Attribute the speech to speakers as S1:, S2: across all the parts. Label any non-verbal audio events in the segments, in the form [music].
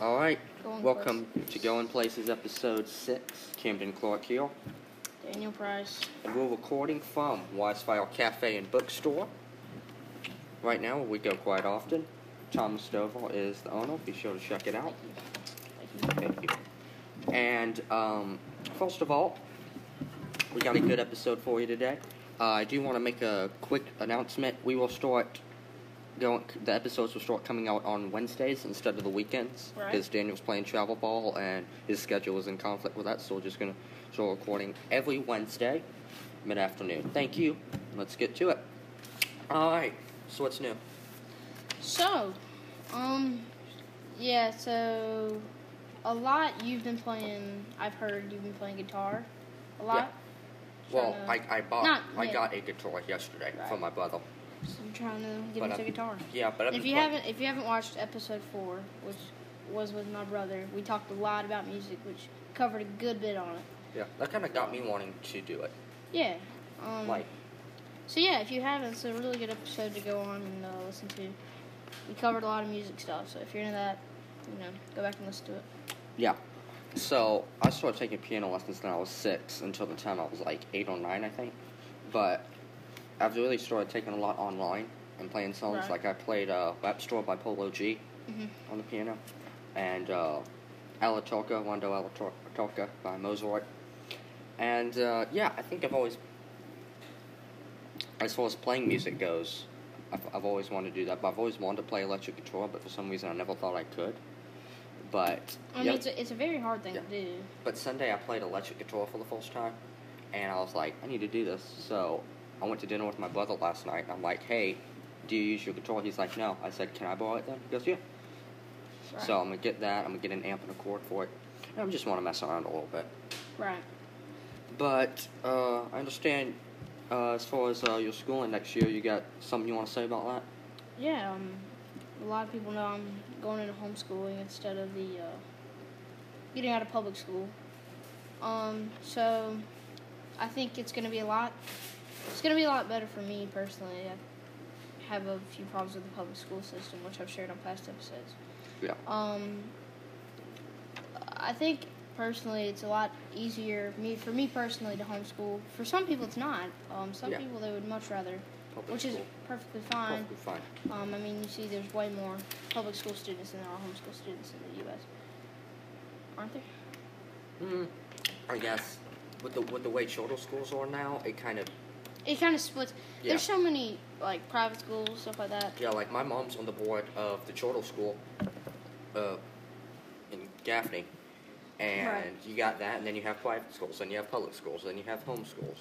S1: All right,
S2: Going
S1: welcome to Going Places, episode six. Camden Clark here,
S2: Daniel Price.
S1: and we're recording from Wisefile Cafe and Bookstore. Right now, we go quite often. Thomas Stovall is the owner. Be sure to check it out.
S2: Thank you.
S1: Thank you. And um, first of all, we got a good episode for you today. Uh, I do want to make a quick announcement. We will start going. The episodes will start coming out on Wednesdays instead of the weekends
S2: Right.
S1: because Daniel's playing travel ball and his schedule is in conflict with that. So we're just gonna start recording every Wednesday, mid afternoon. Thank you. Let's get to it. All right. So what's new?
S2: So, um, yeah, so a lot you've been playing, I've heard you've been playing guitar a lot.
S1: Well,
S2: Tryna-
S1: I, I bought
S2: Not
S1: I
S2: yet.
S1: got a guitar yesterday
S2: Right.
S1: from my brother.
S2: So I'm trying to get
S1: But
S2: into
S1: I'm-
S2: guitar.
S1: Yeah, but I've
S2: If
S1: been
S2: you
S1: playing-
S2: haven't, if you haven't watched episode four, which was with my brother, we talked a lot about music, which covered a good bit on it.
S1: Yeah, that kind of got me wanting to do it.
S2: Yeah. Um,
S1: Like,
S2: So yeah, if you haven't, it's a really good episode to go on and uh, listen to. We covered a lot of music stuff, so if you're into that, you know, go back and listen to it.
S1: yeah. So I started taking piano lessons when I was six until the time I was like eight or nine, I think. But I've really started taking a lot online and playing songs.
S2: Right.
S1: Like I played uh, Rap Store by Polo G on the piano, and uh, Alatorca, Rondo Alatorca by Mozart. And uh, yeah, I think I've always, as far as playing music goes, I've, I've always wanted to do that. But I've always wanted to play electric guitar, but for some reason I never thought I could. But
S2: I mean,
S1: yeah,
S2: it's, a, it's a very hard thing
S1: Yeah.
S2: to do.
S1: but Sunday I played electric guitar for the first time, and I was like, I need to do this. So I went to dinner with my brother last night, and I'm like, Hey, do you use your guitar? He's like, No. I said, Can I borrow it then? He goes, Yeah.
S2: Right.
S1: So um, I'm gonna get that. I'm gonna get an amp and a cord for it. And I just want to mess around a little bit.
S2: Right.
S1: But uh, I understand uh, as far as uh, your schooling next year, you got something you want to say about that?
S2: Yeah. Um, a lot of people know I'm going into homeschooling instead of the uh, getting out of public school. Um, so I think it's going to be a lot. It's going to be a lot better for me personally. I have a few problems with the public school system, which I've shared on past episodes.
S1: Yeah.
S2: Um, I think personally, it's a lot easier me for me personally to homeschool. For some people, it's not. Um, some
S1: Yeah.
S2: people they would much rather,
S1: Public
S2: which is
S1: school.
S2: perfectly fine.
S1: Perfectly fine.
S2: Um, I mean, you see, there's way more public school students than there are homeschool students in the U.S. Aren't there?
S1: Mm, I guess with the with the way charter schools are now, it kind of
S2: It kind of splits.
S1: Yeah.
S2: There's so many like private schools, stuff like that.
S1: yeah. Like my mom's on the board of the charter school, uh, in Gaffney, and
S2: Right.
S1: you got that, and then you have private schools, and you have public schools, and you have home schools.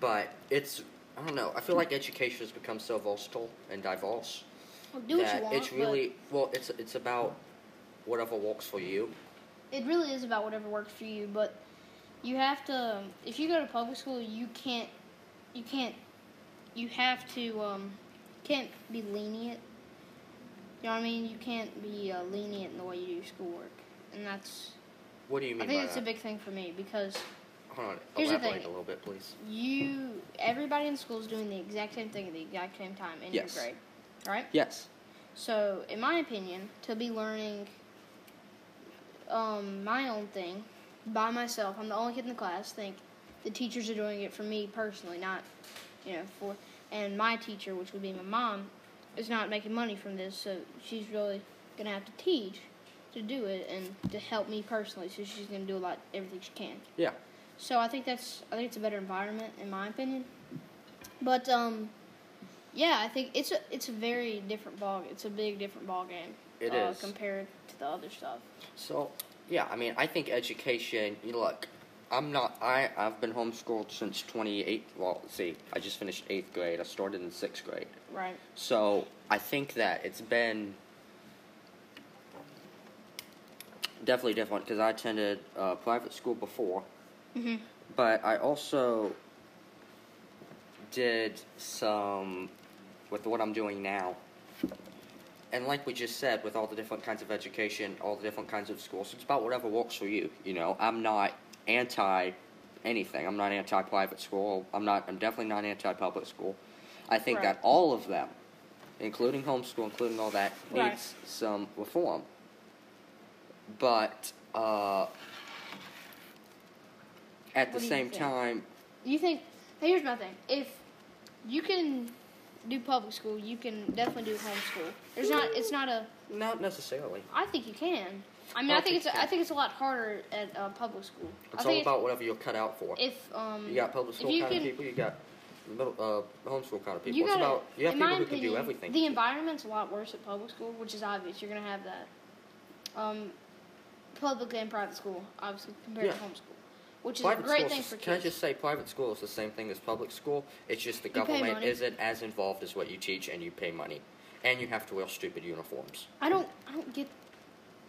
S1: But it's I don't know. I feel like education has become so versatile and diverse.
S2: Well, do what
S1: that
S2: you want.
S1: It's really well. It's it's about whatever works for you.
S2: but it really is about whatever works for you. But you have to. um, If you go to public school, you can't. You can't. You have to. Um, can't be lenient. You know what I mean? You can't be uh, lenient in the way you do schoolwork, and that's.
S1: What do you mean?
S2: I think
S1: by
S2: that's
S1: that?
S2: a big thing for me because
S1: Hold on.
S2: Here's the
S1: elaborate
S2: thing.
S1: a little bit, please.
S2: you, everybody in school is doing the exact same thing at the exact same time in
S1: Yes.
S2: your grade, right?
S1: Yes.
S2: So, in my opinion, to be learning um, my own thing by myself, I'm the only kid in the class. Think the teachers are doing it for me personally, not you know for. And my teacher, which would be my mom, is not making money from this, so she's really gonna have to teach to do it and to help me personally. So she's gonna do a lot, everything she can.
S1: Yeah.
S2: So I think that's I think it's a better environment in my opinion. But um, yeah, I think it's a it's a very different ball. It's a big different ball game.
S1: It
S2: uh,
S1: is.
S2: compared to the other stuff.
S1: So yeah, I mean, I think education. You look, I'm not. I I've been homeschooled since 28. Well, let's see, I just finished eighth grade. I started in sixth grade.
S2: Right.
S1: So I think that it's been definitely different because I attended uh, private school before,
S2: Mm-hmm.
S1: but I also did some with what I'm doing now. And like we just said, with all the different kinds of education, all the different kinds of schools, it's about whatever works for you. You know, I'm not anti anything. I'm not anti private school. I'm not. I'm definitely not anti public school. I think
S2: Right.
S1: that all of them, including homeschool, including all that,
S2: Right.
S1: needs some reform. but uh, at
S2: What do
S1: the
S2: you
S1: same
S2: think?
S1: time,
S2: You think? Hey, here's my thing. If you can do public school, you can definitely do homeschool. There's not. It's not a.
S1: not necessarily.
S2: I think you can. I mean,
S1: I
S2: I,
S1: think
S2: think it's.
S1: you
S2: a- I
S1: can.
S2: think it's a lot harder at uh, public school. I
S1: It's
S2: think
S1: all about whatever you're cut out for.
S2: if um.
S1: You got public school
S2: if you
S1: kind of
S2: can-
S1: people. You got middle, uh, homeschool kind of people.
S2: You
S1: it's
S2: gotta-
S1: about you have
S2: in
S1: people
S2: my
S1: who can do
S2: opinion,
S1: everything.
S2: The environment's a lot worse at public school, which is obvious. You're gonna have that. Um, public and private school, obviously, compared to
S1: Yeah.
S2: homeschool, which is
S1: private
S2: a great
S1: schools-
S2: thing for kids.
S1: Can I just say, private school is the same thing as public school. It's just the
S2: pay
S1: government
S2: money.
S1: isn't as involved as what you teach, and you pay money, and you have to wear stupid uniforms.
S2: I don't. I don't get.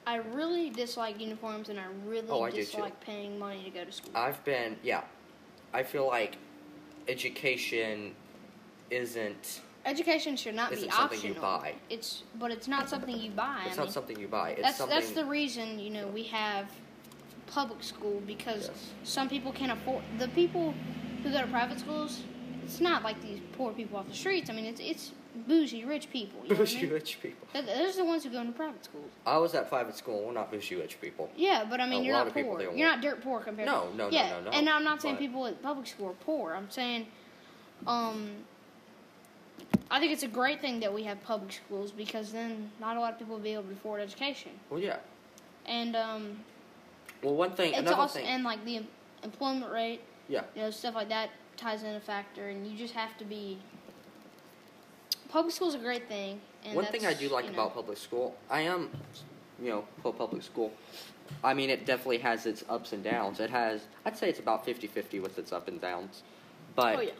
S2: I really dislike uniforms, and I really
S1: Oh, I do too.
S2: dislike paying money to go to school.
S1: I've been, yeah, I feel like education isn't.
S2: Education should not be
S1: Isn't
S2: optional.
S1: something you buy.
S2: It's but it's not something you buy.
S1: It's
S2: I mean,
S1: not something you buy. It's
S2: that's
S1: something.
S2: that's the reason you know we have public school because
S1: Yes.
S2: some people can afford the people who go to private schools. It's not like these poor people off the streets. I mean, it's it's bougie rich people.
S1: [laughs]
S2: You know what I
S1: bougie
S2: mean?
S1: rich people.
S2: Th- Those are the ones who go into private schools.
S1: I was at private school. We're not bougie rich people.
S2: Yeah, but I mean,
S1: A
S2: you're
S1: lot
S2: not
S1: of people
S2: poor.
S1: don't
S2: You're
S1: work.
S2: not dirt poor compared.
S1: No,
S2: to,
S1: no, no,
S2: yeah.
S1: no, no.
S2: And I'm not saying
S1: But-
S2: people at public school are poor. I'm saying, um, I think it's a great thing that we have public schools because then not a lot of people will be able to afford education.
S1: Well, yeah.
S2: And um,
S1: Well, one thing,
S2: it's
S1: another
S2: also
S1: thing,
S2: and like the em- employment rate,
S1: yeah.
S2: you know, stuff like that ties in a factor, and you just have to be. Public school's a great thing. And
S1: One thing I
S2: that's,
S1: do like
S2: you know,
S1: about public school, I am, you know, for public school, I mean, it definitely has its ups and downs. It has, I'd say it's about 50 50 with its up and downs. But
S2: Oh, yeah.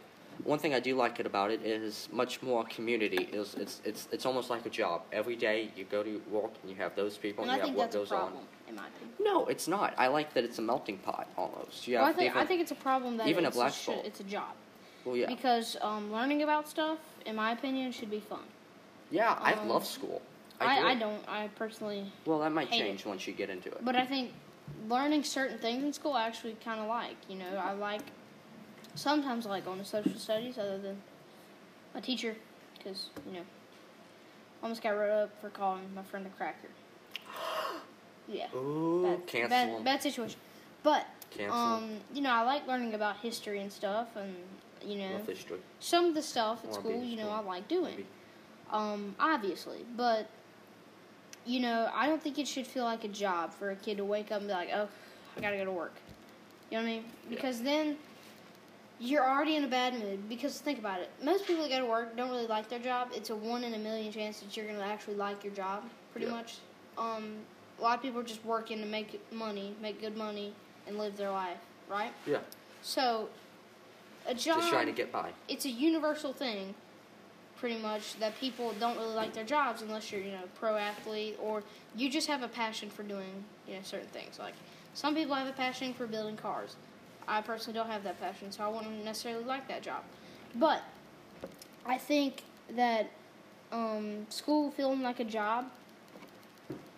S1: one thing I do like it about it is much more community. It's, it's, it's, it's almost like a job. Every day you go to work and you have those people
S2: and
S1: and,
S2: I
S1: you have
S2: think
S1: what
S2: that's a
S1: goes
S2: problem,
S1: on.
S2: in my opinion.
S1: No, it's not. I like that it's a melting pot almost. You
S2: Well, I
S1: have
S2: think I
S1: different-
S2: think it's a problem that
S1: even a
S2: it's
S1: black
S2: shit-
S1: belt.
S2: it's a job
S1: well, yeah.
S2: because um, learning about stuff, in my opinion, should be fun.
S1: yeah, I
S2: um,
S1: love school.
S2: I,
S1: do.
S2: I don't. I personally,
S1: Well, that might
S2: hate it.
S1: change once you get into it.
S2: but I think learning certain things in school I actually kind of like. You know, I like sometimes I like going to social studies other than my teacher because you know almost got wrote up for calling my friend a
S1: [gasps]
S2: cracker. Yeah.
S1: Ooh,
S2: bad,
S1: cancel
S2: bad,
S1: 'em.
S2: bad situation. But
S1: Cancel 'em.
S2: um, you know, I like learning about history and stuff, and you know,
S1: Love history.
S2: some of the stuff at
S1: Or
S2: school,
S1: being
S2: you know,
S1: school.
S2: I like doing.
S1: Maybe.
S2: Um, obviously, but you know, I don't think it should feel like a job for a kid to wake up and be like, "Oh, I gotta go to work." You know what I mean?
S1: Yeah.
S2: Because then you're already in a bad mood. Because think about it, most people that go to work don't really like their job. It's a one in a million chance that you're gonna actually like your job, pretty
S1: Yeah.
S2: much. Um, a lot of people are just working to make money, make good money, and live their life, right?
S1: Yeah,
S2: So a job
S1: just trying to get by.
S2: it's a universal thing, pretty much, that people don't really like their jobs unless you're, you know, pro athlete or you just have a passion for doing, you know, certain things. Like some people have a passion for building cars. I personally don't have that passion, so I wouldn't necessarily like that job. But I think that um, school feeling like a job,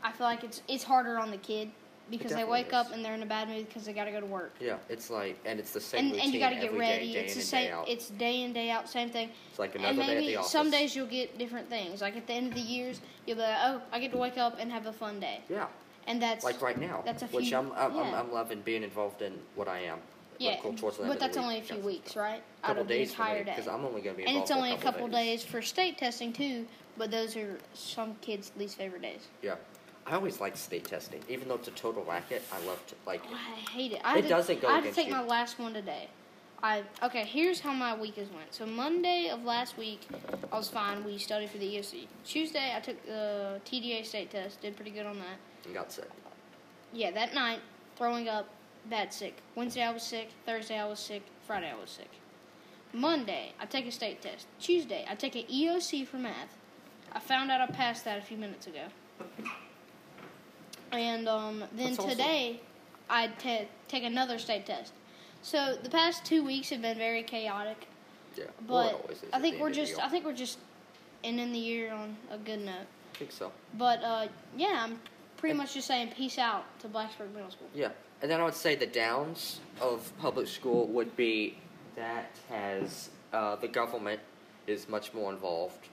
S2: I feel like it's it's harder on the kid because they
S1: definitely
S2: wake up
S1: is.
S2: and they're in a bad mood because they got to go to work
S1: Yeah, it's like, and it's the same
S2: and,
S1: routine
S2: and you got to get
S1: every day,
S2: ready.
S1: day
S2: it's
S1: in
S2: the
S1: and
S2: same.
S1: day out. It's,
S2: It's day in day out, same thing.
S1: like another
S2: And
S1: day
S2: maybe
S1: at the office.
S2: some days you'll get different things. Like at the end of the years, you'll be like, "Oh, I get to wake up and have a fun day,"
S1: Yeah,
S2: and that's
S1: like right now,
S2: that's a
S1: which
S2: few-
S1: I'm I'm, I'm
S2: yeah.
S1: I'm loving being involved in what I am.
S2: yeah.
S1: like, cool, towards the end
S2: but
S1: of the
S2: that's
S1: week,
S2: only a few
S1: yeah.
S2: weeks, right? Out
S1: Couple
S2: of the
S1: days
S2: entire day,
S1: because I'm only going to be
S2: and it's
S1: involved
S2: only
S1: for
S2: a couple
S1: days.
S2: days for state testing too. But those are some kids' least favorite days.
S1: Yeah, I always like state testing, even though it's a total racket. I love to like.
S2: I hate it. I
S1: It
S2: had
S1: doesn't
S2: to,
S1: go
S2: I had to
S1: against
S2: take
S1: you.
S2: my last one today. I okay. Here's how my week has went. So Monday of last week, I was fine. We studied for the ESC. Tuesday, I took the TDA state test. Did pretty good on that.
S1: and got sick.
S2: Yeah, that night, throwing up, bad sick. Wednesday, I was sick. Thursday, I was sick. Friday, I was sick. Monday, I take a state test. Tuesday, I take an EOC for math. I found out I passed that a few minutes ago. And um, then
S1: That's awesome.
S2: today, I te- take another state test. So the past two weeks have been very chaotic,
S1: Yeah, well, it
S2: but
S1: always is
S2: I
S1: at
S2: think
S1: the
S2: we're
S1: end of the
S2: just
S1: year.
S2: I think we're just ending the year on a good note.
S1: I think so.
S2: But uh, yeah, I'm pretty
S1: And-
S2: much just saying peace out to Blacksburg Middle School.
S1: Yeah, and then I would say the downs of public school would be that has uh, the government is much more involved.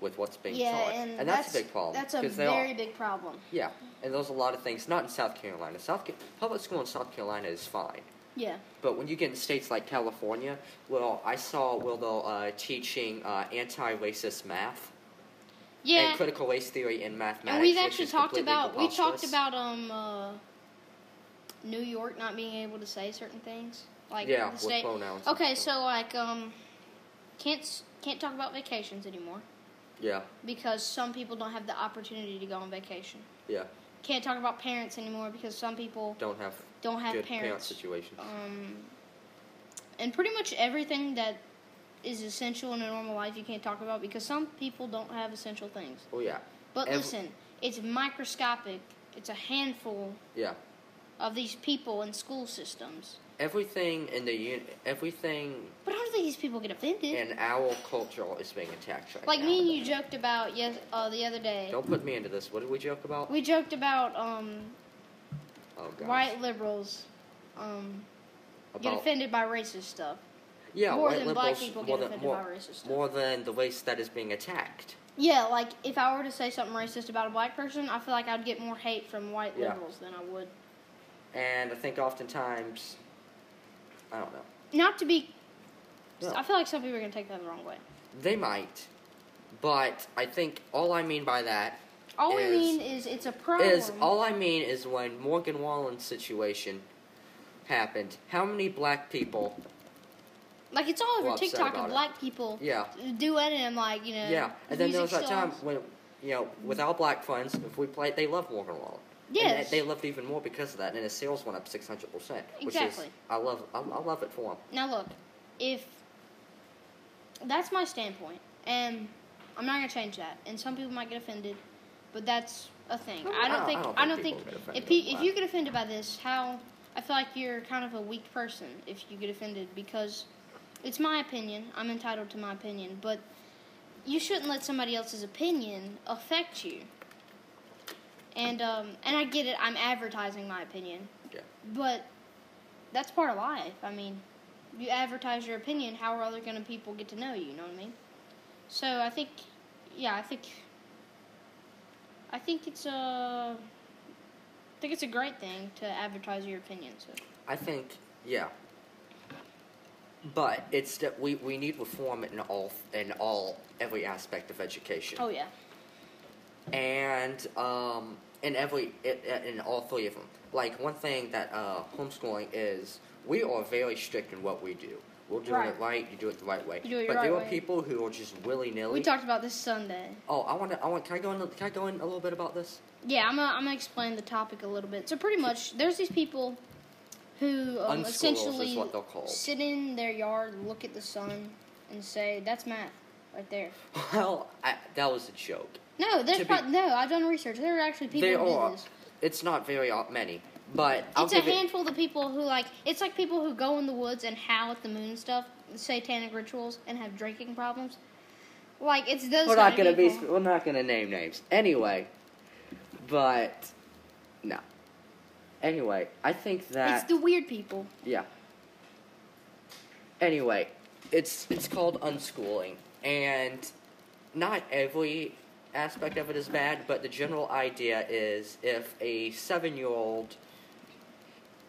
S1: with what's being
S2: yeah,
S1: taught,
S2: and,
S1: that's, a big problem.
S2: That's a
S1: 'cause they are-
S2: very big problem.
S1: Yeah, and there's a lot of things. Not in South Carolina. South Ca- public school in South Carolina is fine,
S2: Yeah.
S1: but when you get in states like California, well, I saw where they're uh, teaching uh, anti-racist math
S2: Yeah.
S1: and critical race theory in mathematics.
S2: And we've
S1: which
S2: actually
S1: is
S2: talked
S1: completely
S2: about we talked
S1: preposterous.
S2: about um uh, New York not being able to say certain things like
S1: yeah
S2: the
S1: with
S2: state.
S1: pronouns. and
S2: Okay,
S1: stuff.
S2: so like um can't s- can't talk about vacations anymore
S1: yeah,
S2: because some people don't have the opportunity to go on vacation.
S1: yeah,
S2: Can't talk about parents anymore because some people
S1: don't have
S2: don't have
S1: good parent
S2: parents.
S1: situations.
S2: um and pretty much everything that is essential in a normal life you can't talk about because some people don't have essential things.
S1: oh yeah,
S2: But
S1: Ev-
S2: listen, it's microscopic. It's a handful
S1: yeah.
S2: of these people in school systems.
S1: Everything in the un- everything
S2: But I don't think these people get offended.
S1: in our culture is being attacked right
S2: Mm-hmm. like
S1: now.
S2: me and you joked about yes uh, the other day.
S1: Don't put me into this. What did we joke about?
S2: We joked about um,
S1: oh god.
S2: white liberals um, get
S1: About
S2: offended by racist stuff.
S1: yeah,
S2: more
S1: white
S2: than black
S1: liberals
S2: people
S1: more
S2: get
S1: than
S2: offended
S1: more,
S2: by racist stuff.
S1: more than the race that is being attacked.
S2: Yeah, like if I were to say something racist about a black person, I feel like I'd get more hate from white
S1: Yeah.
S2: liberals than I would.
S1: And I think oftentimes, I don't know.
S2: Not to be.
S1: No.
S2: I feel like some people are going to take that the wrong way.
S1: They might, but I think all I mean by that
S2: All we
S1: Is-
S2: mean is it's a problem.
S1: is all I mean is when Morgan Wallen's situation happened. How many black people?
S2: Like it's all over
S1: Well, upset
S2: TikTok
S1: about
S2: and
S1: it.
S2: black people
S1: Yeah,
S2: doing it. and like you know.
S1: yeah. And then there was
S2: music
S1: that time
S2: songs.
S1: when you know, with our black friends, if we played, they love Morgan Wallen. And
S2: Yes.
S1: they, they loved even more because of that, and his sales went up six hundred percent.
S2: Exactly.
S1: Which is, I love, I, I love it for him.
S2: Now look, if that's my standpoint, and I'm not gonna change that, and some people might get offended, but that's a thing.
S1: No,
S2: I don't think. I don't think.
S1: people get
S2: if
S1: offended
S2: pe-
S1: by
S2: if
S1: it.
S2: you get offended by this, how I feel like you're kind of a weak person if you get offended because it's my opinion. I'm entitled to my opinion, but you shouldn't let somebody else's opinion affect you. And um, and I get it. I'm advertising my opinion,
S1: Yeah.
S2: but that's part of life. I mean, you advertise your opinion. How are other gonna people get to know you? You know what I mean? So I think, yeah, I think, I think it's a, I think it's a great thing to advertise your opinion. So
S1: I think, yeah. But it's that we, we need reform in all in all every aspect of education,
S2: oh yeah,
S1: and um, in every i- i- in all three of them. Like one thing that uh, homeschooling is, we are very strict in what we do. We're doing
S2: Right.
S1: it right. You do it the right way.
S2: You do it
S1: but
S2: your
S1: there
S2: right
S1: are
S2: way.
S1: people who are just willy nilly.
S2: we talked about this Sunday.
S1: Oh, I want to. I want. Can I go in? Can I go in a little bit about this? [laughs]
S2: Yeah, I'm gonna, I'm gonna explain the topic a little bit. So pretty much, there's these people who um,
S1: Unschoolers is
S2: essentially
S1: what they're called.
S2: sit in their yard, look at the sun, and say, "That's math, right there."
S1: Well, I, that was a joke.
S2: No, there's
S1: To be-
S2: prob- no. I've done research. There are actually people
S1: there
S2: who
S1: are.
S2: do this.
S1: It's not very o- many, but I'll
S2: It's a
S1: give it.
S2: handful of people who like. It's like people who go in the woods and howl at the moon and stuff, satanic rituals, and have drinking problems. Like it's those.
S1: We're not
S2: kind
S1: gonna
S2: of
S1: be.
S2: people.
S1: We're not gonna name names anyway. But no. Anyway, I think
S2: It's
S1: that
S2: the weird people.
S1: yeah. Anyway, it's it's called unschooling, and not every aspect of it is bad, but the general idea is if a seven-year-old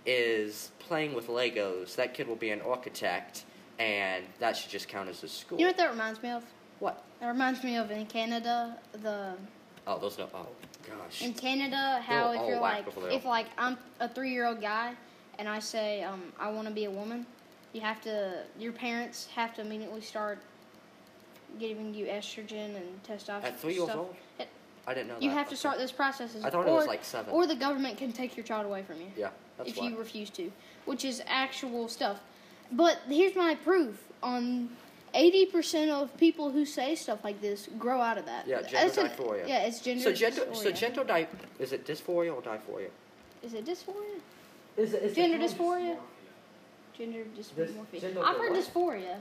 S1: is playing with Legos, that kid will be an architect, and that should just count as a school.
S2: You know what that reminds me of?
S1: what?
S2: That reminds me of in Canada the
S1: Oh, those no. Oh gosh.
S2: in Canada how
S1: They're
S2: if
S1: all
S2: you're
S1: whack
S2: like
S1: before they're
S2: if like I'm a three year old guy and I say um, I want to be a woman, you have to your parents have to immediately start giving you estrogen and testosterone.
S1: At three years
S2: stuff.
S1: old?
S2: It-
S1: I didn't know that.
S2: You have to
S1: Okay.
S2: start those processes.
S1: I thought it
S2: or,
S1: was like seven.
S2: Or the government can take your child away from you
S1: Yeah, that's
S2: if
S1: why.
S2: you refuse to, which is actual stuff. But here's my proof on 80% of people who say stuff like this grow out of that.
S1: Yeah,
S2: That's
S1: gender
S2: an-
S1: dysphoria.
S2: Yeah, it's gender
S1: so gender,
S2: dysphoria.
S1: so gender di- is it dysphoria or diaphoria?
S2: Is it dysphoria?
S1: Is it, is
S2: Gender dysphoria? Gender dysmorphia.
S1: gender
S2: I've heard
S1: what?
S2: dysphoria.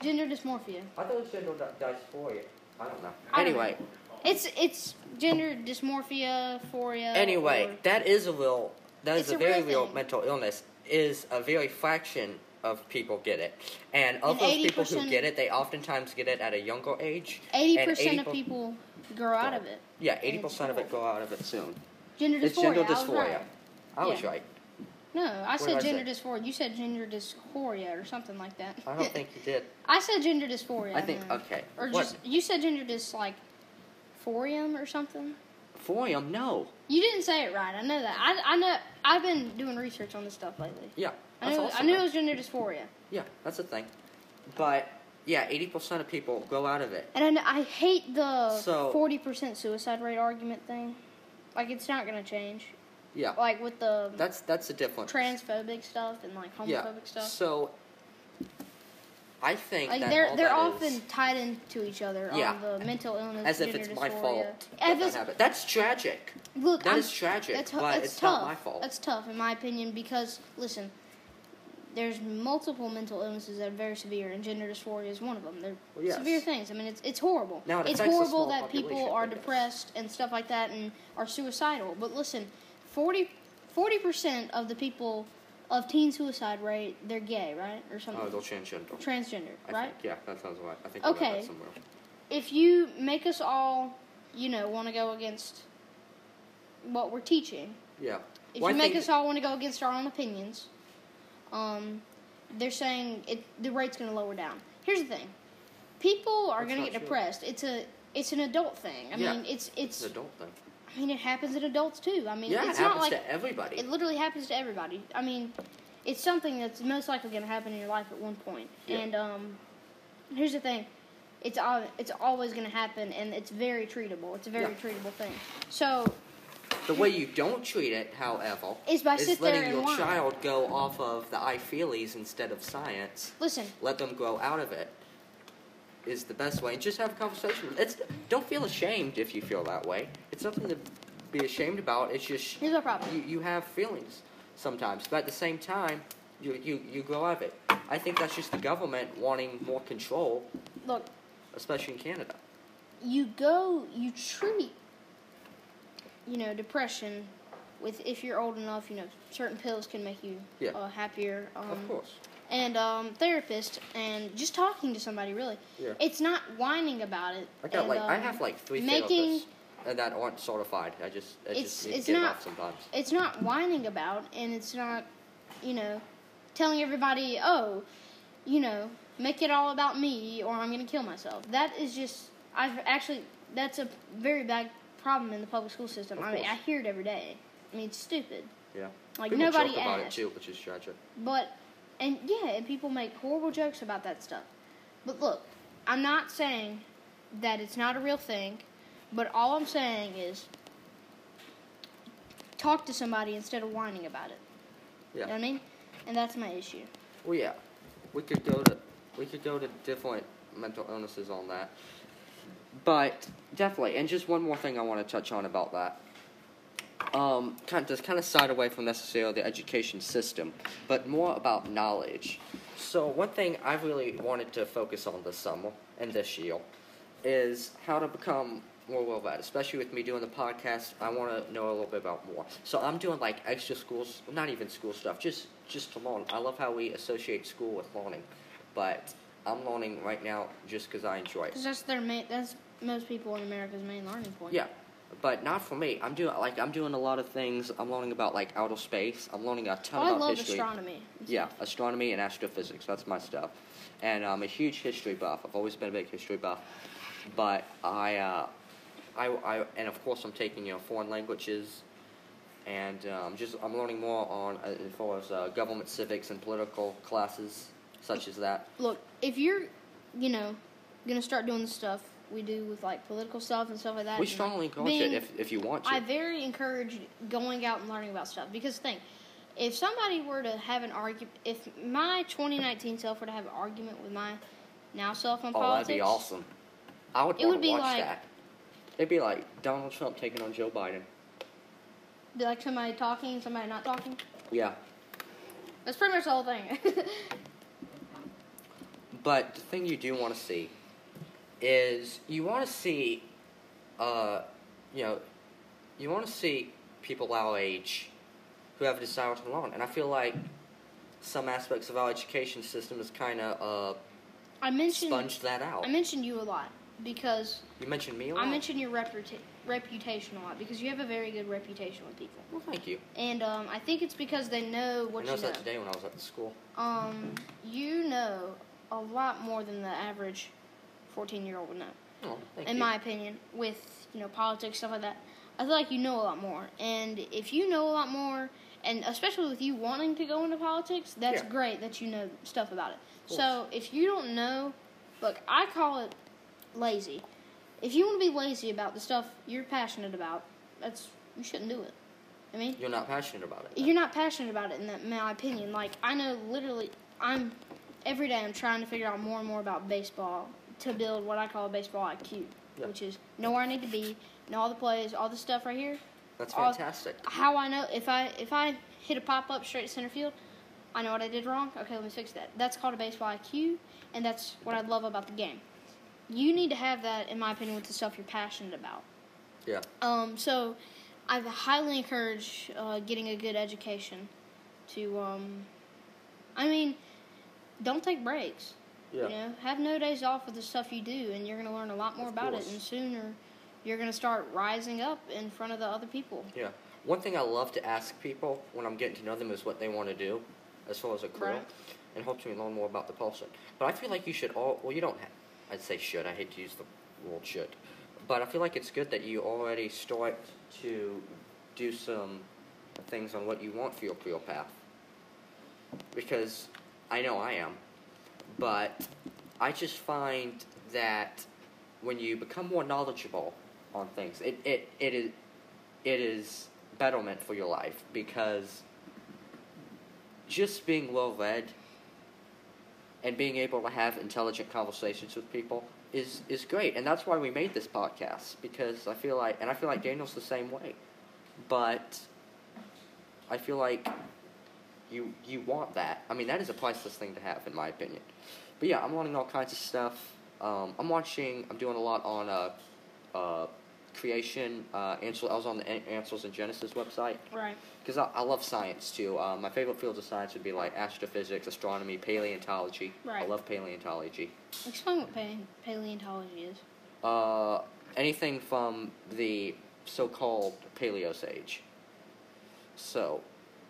S2: Gender dysmorphia.
S1: I thought it was gender di- dysphoria. I don't know.
S2: I don't
S1: anyway,
S2: It's it's gender dysmorphia, phoria.
S1: anyway,
S2: or-
S1: that is a real. That is
S2: It's
S1: a
S2: a
S1: very
S2: real
S1: real
S2: thing.
S1: mental illness. Is a very fraction of people get it, and of
S2: And
S1: those people who
S2: 80%
S1: get it, they oftentimes get it at a younger age.
S2: Eighty
S1: and
S2: percent of
S1: 80%
S2: people grow out of it.
S1: Yeah,
S2: And
S1: eighty
S2: it's
S1: percent of it
S2: cool.
S1: go out of it soon.
S2: Gender dysphoria.
S1: It's gender
S2: I was
S1: dysphoria.
S2: right.
S1: I was
S2: Yeah.
S1: right.
S2: No, I
S1: What did
S2: said
S1: I
S2: gender dysphoria. You said gender dysphoria or something like that.
S1: I don't think you did.
S2: I said gender dysphoria.
S1: I think
S2: no.
S1: okay.
S2: Or
S1: what?
S2: just you said gender dys like forium or something.
S1: Foyum? No.
S2: You didn't say it right. I know that. I, I know. I've been doing research on this stuff lately.
S1: Yeah.
S2: I
S1: That's
S2: knew.
S1: awesome.
S2: I knew it was gender dysphoria,
S1: Yeah, that's a thing. But yeah, eighty percent of people go out of it.
S2: and I, kn- I hate the
S1: So-
S2: forty percent suicide rate argument thing. Like it's not gonna change.
S1: Yeah.
S2: Like with the
S1: That's that's the difference.
S2: transphobic stuff and like homophobic
S1: yeah.
S2: stuff.
S1: So I think
S2: Like
S1: that
S2: they're
S1: all
S2: they're
S1: that
S2: often
S1: is-
S2: tied into each other
S1: Yeah.
S2: on the mental illness.
S1: as if
S2: gender
S1: it's my
S2: dysphoria.
S1: fault.
S2: If
S1: that that
S2: it's-
S1: happened. That's tragic.
S2: look,
S1: That
S2: I'm-
S1: is tragic,
S2: that's, hu-
S1: but
S2: that's
S1: it's
S2: tough.
S1: not my fault.
S2: That's tough in my opinion because listen, there's multiple mental illnesses that are very severe, and gender dysphoria is one of them. They're
S1: Well, yes.
S2: severe things. I mean, it's it's horrible.
S1: Now, it
S2: it's
S1: affects a small
S2: horrible that people
S1: population,
S2: are
S1: but yes.
S2: depressed and stuff like that and are suicidal. But listen, 40 percent of the people of teen suicide rate they're gay, right, or something.
S1: Oh, they'll change gender.
S2: Transgender,
S1: I
S2: right?
S1: Think. Yeah, that sounds right. I think I read
S2: Okay.
S1: that somewhere.
S2: if you make us all, you know, want to go against what we're teaching,
S1: Yeah.
S2: if
S1: Well,
S2: you
S1: I
S2: make
S1: think-
S2: us all want to go against our own opinions, um, they're saying it, the rate's going to lower down. Here's the thing: people are
S1: That's
S2: going
S1: not
S2: to get
S1: true.
S2: depressed. It's a it's an adult thing. I
S1: Yeah.
S2: mean, it's
S1: it's
S2: it's.
S1: an adult thing.
S2: I mean, it happens in adults too. I mean,
S1: Yeah, it
S2: it's
S1: happens
S2: not like
S1: to everybody.
S2: it literally happens to everybody. I mean, it's something that's most likely going to happen in your life at one point.
S1: Yeah.
S2: And um, here's the thing: it's al- it's always going to happen, and it's very treatable. It's a very
S1: Yeah.
S2: treatable thing. So
S1: The way
S2: [laughs]
S1: you don't treat it, however,
S2: Is by sit there
S1: letting
S2: and
S1: your
S2: whine.
S1: child go off of the I feelies instead of science.
S2: listen,
S1: Let them grow out of it. Is the best way. And just have a conversation. It's don't feel ashamed if you feel that way. It's nothing to be ashamed about. It's just
S2: here's my problem.
S1: you, you have feelings sometimes, but at the same time, you, you you grow out of it. I think that's just the government wanting more control,
S2: Look,
S1: especially in Canada.
S2: you go, you treat, you know, depression with if you're old enough, you know, certain pills can make you
S1: Yeah.
S2: uh, happier. Um,
S1: of course.
S2: and um, therapist and just talking to somebody really.
S1: Yeah.
S2: It's not whining about it.
S1: I got
S2: and,
S1: like I
S2: um,
S1: have like three
S2: making
S1: therapists and that aren't certified. I just I
S2: It's-
S1: just need
S2: it's
S1: to get it
S2: not-
S1: off sometimes.
S2: it's not whining about and it's not, you know, telling everybody, "Oh, you know, make it all about me or I'm going to kill myself." That is just I've actually that's a very bad problem in the public school system.
S1: Of
S2: I mean,
S1: course.
S2: I hear it every day. I mean, it's stupid.
S1: Yeah.
S2: Like
S1: People
S2: nobody
S1: joke about
S2: asked.
S1: it too, which is tragic.
S2: But and yeah, and people make horrible jokes about that stuff. But look, I'm not saying that it's not a real thing, but all I'm saying is talk to somebody instead of whining about it.
S1: Yeah.
S2: You know what I mean? And that's my issue.
S1: Well, yeah, we could go to we could go to different mental illnesses on that, but definitely. And just one more thing I want to touch on about that. Um, kind just kind of side away from necessarily the education system, but more about knowledge. So one thing I really wanted to focus on this summer and this year is how to become more well read. Especially with me doing the podcast, I want to know a little bit about more. So I'm doing like extra schools, not even school stuff, just just to learn. I love how we associate school with learning, but I'm learning right now just because I enjoy it.
S2: Because that's their main. That's most people in America's main learning point.
S1: Yeah, but not for me. I'm doing like I'm doing a lot of things. I'm learning about like outer space. I'm learning a ton
S2: Well, Oh, I
S1: about
S2: love
S1: history.
S2: astronomy.
S1: Yeah, astronomy and astrophysics. That's my stuff. And I'm a huge history buff. I've always been a big history buff. But I, uh, I, I, and of course, I'm taking you know foreign languages, and um, just I'm learning more on uh, as far as uh, government civics and political classes such as that.
S2: Look, if you're, you know, gonna start doing the stuff we do with like political stuff and stuff like that.
S1: We
S2: and, like,
S1: strongly encourage
S2: being-
S1: it if if you want to.
S2: I very encourage going out and learning about stuff because think if somebody were to have an argument, if my 2019 self were to have an argument with my now self on
S1: oh,
S2: politics,
S1: that'd be awesome. I would
S2: It would
S1: want to
S2: be
S1: watch
S2: like-
S1: that. It'd be like Donald Trump taking on Joe Biden.
S2: be like somebody talking, somebody not talking.
S1: Yeah,
S2: That's pretty much the whole thing. [laughs]
S1: But the thing you do want to see is you want to see, uh, you know, you want to see people our age who have a desire to learn. And I feel like some aspects of our education system has kind of
S2: I
S1: uh,
S2: mentioned
S1: sponged that out.
S2: I mentioned you a lot because
S1: you mentioned me a lot.
S2: I mentioned your reputa- reputation a lot because you have a very good reputation with people,
S1: Well, thank you.
S2: and um, I think it's because they know what
S1: I noticed
S2: you know.
S1: that today when I was at the school.
S2: Um, you know a lot more than the average fourteen-year-old would know,
S1: Oh, thank
S2: in
S1: you.
S2: my opinion. With you know politics stuff like that, I feel like you know a lot more, and if you know a lot more, and especially with you wanting to go into politics, that's
S1: Yeah.
S2: great that you know stuff about it.
S1: course.
S2: So if you don't know, look, I call it lazy. If you want to be lazy about the stuff you're passionate about, that's you shouldn't do it. I mean,
S1: You're not passionate about it.
S2: you're not passionate about it in that my opinion like i know literally i'm every day i'm trying to figure out more and more about baseball to build what i call a baseball iq
S1: Yeah.
S2: which is know where i need to be know all the plays all the stuff right here
S1: That's
S2: all-
S1: fantastic.
S2: how i know if i if i hit a pop-up straight to center field i know what i did wrong okay let me fix that that's called a baseball iq and that's what i love about the game you need to have that in my opinion with the stuff you're passionate about
S1: Yeah.
S2: um, so I highly encourage uh, getting a good education. To, um, I mean, don't take breaks.
S1: Yeah.
S2: You know, have no days off with the stuff you do, and you're going to learn a lot more
S1: Of
S2: about
S1: course.
S2: it. And sooner, you're going to start rising up in front of the other people.
S1: Yeah. One thing I love to ask people when I'm getting to know them is what they want to do as far as a career.
S2: Right.
S1: And helps me learn more about the person. But I feel like you should all, well, you don't have, I'd say should, I hate to use the word should. But I feel like it's good that you already start to do some things on what you want for your career path. Because I know I am. But I just find that when you become more knowledgeable on things, it, it, it is it is betterment for your life because just being well read and being able to have intelligent conversations with people is, is great. And that's why we made this podcast because I feel like, and I feel like Daniel's the same way. But I feel like you, you want that. I mean, that is a priceless thing to have, in my opinion. But yeah, I'm learning all kinds of stuff. Um, I'm watching, I'm doing a lot on uh, uh, creation. Uh, Ansel, I was on the An- Ansels and Genesis website
S2: Right.
S1: because I, I love science too. Uh, my favorite fields of science would be like astrophysics, astronomy, paleontology. I
S2: Right.
S1: love paleontology.
S2: Explain what pa- paleontology is.
S1: Uh, anything from the so-called Paleos age. So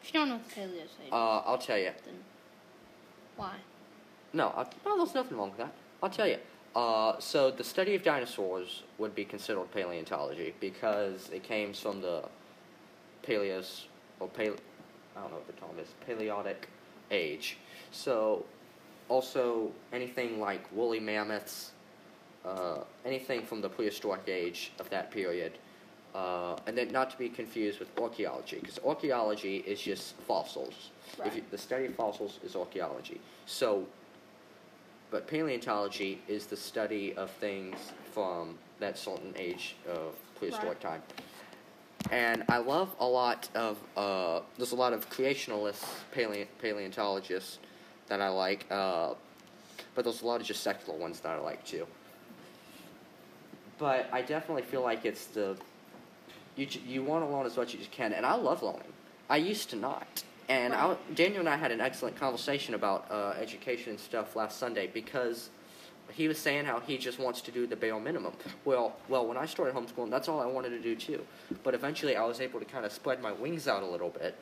S2: If you don't know what the paleo is,
S1: uh, I'll tell you.
S2: then why?
S1: No, I, no, there's nothing wrong with that. I'll tell you. Uh, so the study of dinosaurs would be considered paleontology because it came from the Paleos or pale, I don't know what the term is, Paleotic age. So also anything like woolly mammoths, uh, anything from the prehistoric age of that period. Uh, and then not to be confused with archaeology, because archaeology is just fossils. If
S2: Right.
S1: you, the study of fossils is archaeology. So, but paleontology is the study of things from that certain age of prehistoric time. And I love a lot of uh, there's a lot of creationalists, paleo- paleontologists that I like, uh, but there's a lot of just secular ones that I like too. But I definitely feel like it's the you j- you want to learn as much as you can, and I love learning. I used to not, and I w Daniel and I had an excellent conversation about uh, education and stuff last Sunday because he was saying how he just wants to do the bare minimum. Well, well, when I started homeschooling, that's all I wanted to do too. But eventually, I was able to kind of spread my wings out a little bit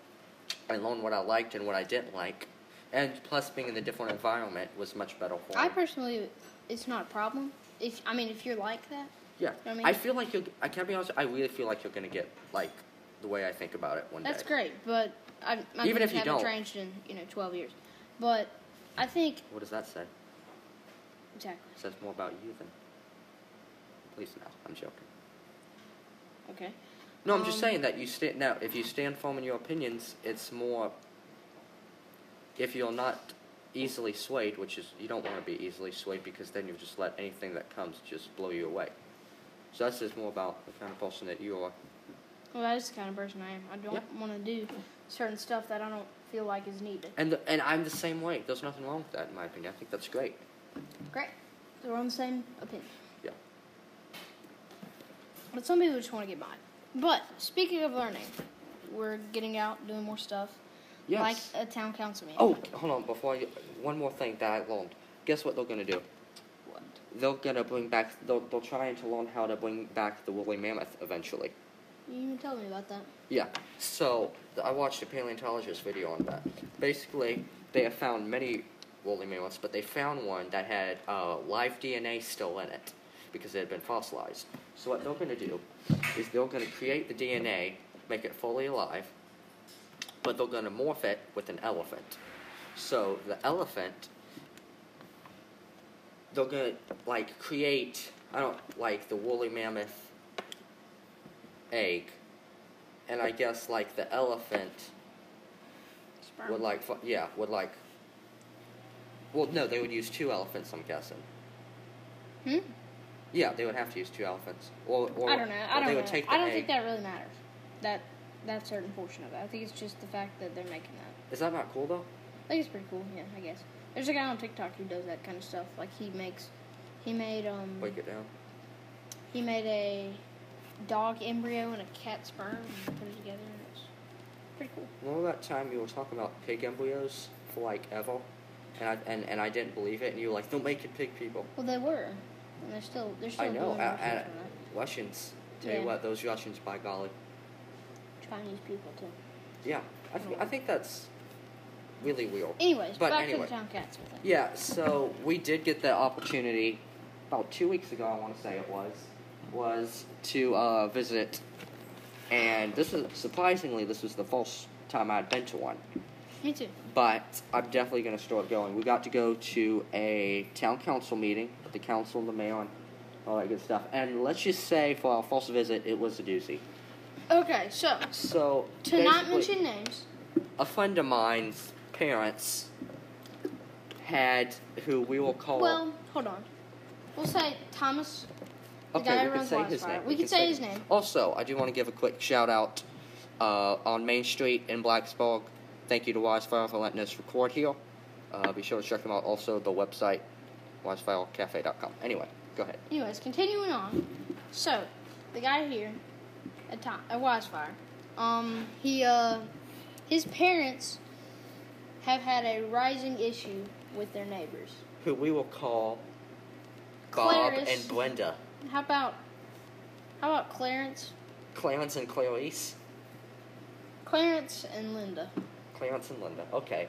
S1: and learn what I liked and what I didn't like. And plus, being in a different environment was much better for me.
S2: I personally, it's not a problem. If I mean, if you're like that,
S1: Yeah,
S2: I
S1: I,
S2: mean-
S1: feel like you're. I can't be honest. I really feel like you're gonna get like the way I think about it one
S2: That's
S1: day.
S2: great, but I, my
S1: Even
S2: Even
S1: if you
S2: haven't
S1: don't.
S2: changed in you know twelve years, but I think
S1: What does that say?
S2: exactly.
S1: It says more about you than. Please no, I'm joking.
S2: Okay,
S1: No, I'm just
S2: Um,
S1: saying that you stand now. If you stand firm in your opinions, it's more. If you're not easily swayed, which is you don't want to be easily swayed because then you just let anything that comes just blow you away. So that says more about the kind of person that you are.
S2: well that is the kind of person I am. I don't
S1: Yeah.
S2: want to do certain stuff that I don't feel like is needed.
S1: And the, and I'm the same way. There's nothing wrong with that, in my opinion. I think that's great.
S2: Great, so we're on the same opinion.
S1: Yeah.
S2: But some people just want to get by. But speaking of learning, we're getting out doing more stuff.
S1: Yes.
S2: like a town council meeting.
S1: oh, hold on. Before I, one more thing that I learned. Guess what they're gonna do?
S2: What?
S1: They're gonna bring back. They'll they're trying to learn how to bring back the woolly mammoth eventually.
S2: You didn't even tell me about that.
S1: Yeah. So th- I watched a paleontologist video on that. Basically, they have found many woolly mammoths, but they found one that had uh, live DNA still in it because it had been fossilized. So what they're going to do is they're going to create the DNA, make it fully alive, but they're going to morph it with an elephant. So the elephant, they're going to like create. I don't like the woolly mammoth egg and I guess like the elephant
S2: Sperm.
S1: would like fu- yeah would like. Well, no, they would use two elephants. I'm guessing.
S2: Hmm?
S1: Yeah, they would have to use two elephants. Or, or
S2: I don't know. I
S1: or they
S2: don't know.
S1: would take the
S2: I don't
S1: egg.
S2: think that really matters. That that certain portion of it. I think it's just the fact that they're Mm-hmm. making that.
S1: Is that not cool though?
S2: I think it's pretty cool. Yeah, I guess. There's a guy on TikTok who does that kind of stuff. Like he makes, he made um,
S1: Break it down.
S2: he made a dog embryo and a cat sperm and put it together. And it's pretty cool.
S1: Remember that time you were talking about pig embryos for like ever, and I and, and I didn't believe it, and you were like, "Don't make it pig people."
S2: Well, they were, and they're still they're still
S1: I know.
S2: doing
S1: I,
S2: research
S1: I,
S2: on that.
S1: Russians. Tell
S2: Yeah.
S1: you what, those Russians, by golly.
S2: Chinese people too.
S1: Yeah, I, th-
S2: Mm-hmm.
S1: I think that's really weird.
S2: Anyways,
S1: But
S2: back
S1: anyway.
S2: to the town council thing.
S1: Yeah, so we did get the opportunity about two weeks ago. I want to say it was was to uh, visit, and this is surprisingly this was the first time I'd been to one.
S2: Me too.
S1: But I'm definitely going to start going. We got to go to a town council meeting with the council and the mayor and all that good stuff. And let's just say for our first visit, it was a doozy.
S2: Okay, so
S1: So
S2: to not
S1: basically-
S2: mention names.
S1: a friend of mine's parents had who we will call.
S2: Well, hold on. We'll say Thomas. The
S1: Okay,
S2: guy
S1: we
S2: who
S1: can
S2: runs
S1: say his
S2: Wildfire.
S1: name.
S2: We can say his name.
S1: Also, I do want to give a quick shout out uh, on Main Street in Blacksburg. Thank you to Wisefire for letting us record here. Uh, be sure to check them out. Also, the website, wisefirecafe.com. Anyway, go ahead.
S2: Anyways, continuing on. So, the guy here at Tom, at Wisefire, um, he uh, his parents have had a rising issue with their neighbors.
S1: Who we will call Bob
S2: Clarice.
S1: and Brenda.
S2: How about how about Clarence,
S1: Clarence and Clarice.
S2: Clarence and Linda?
S1: Clarence and Linda. Okay.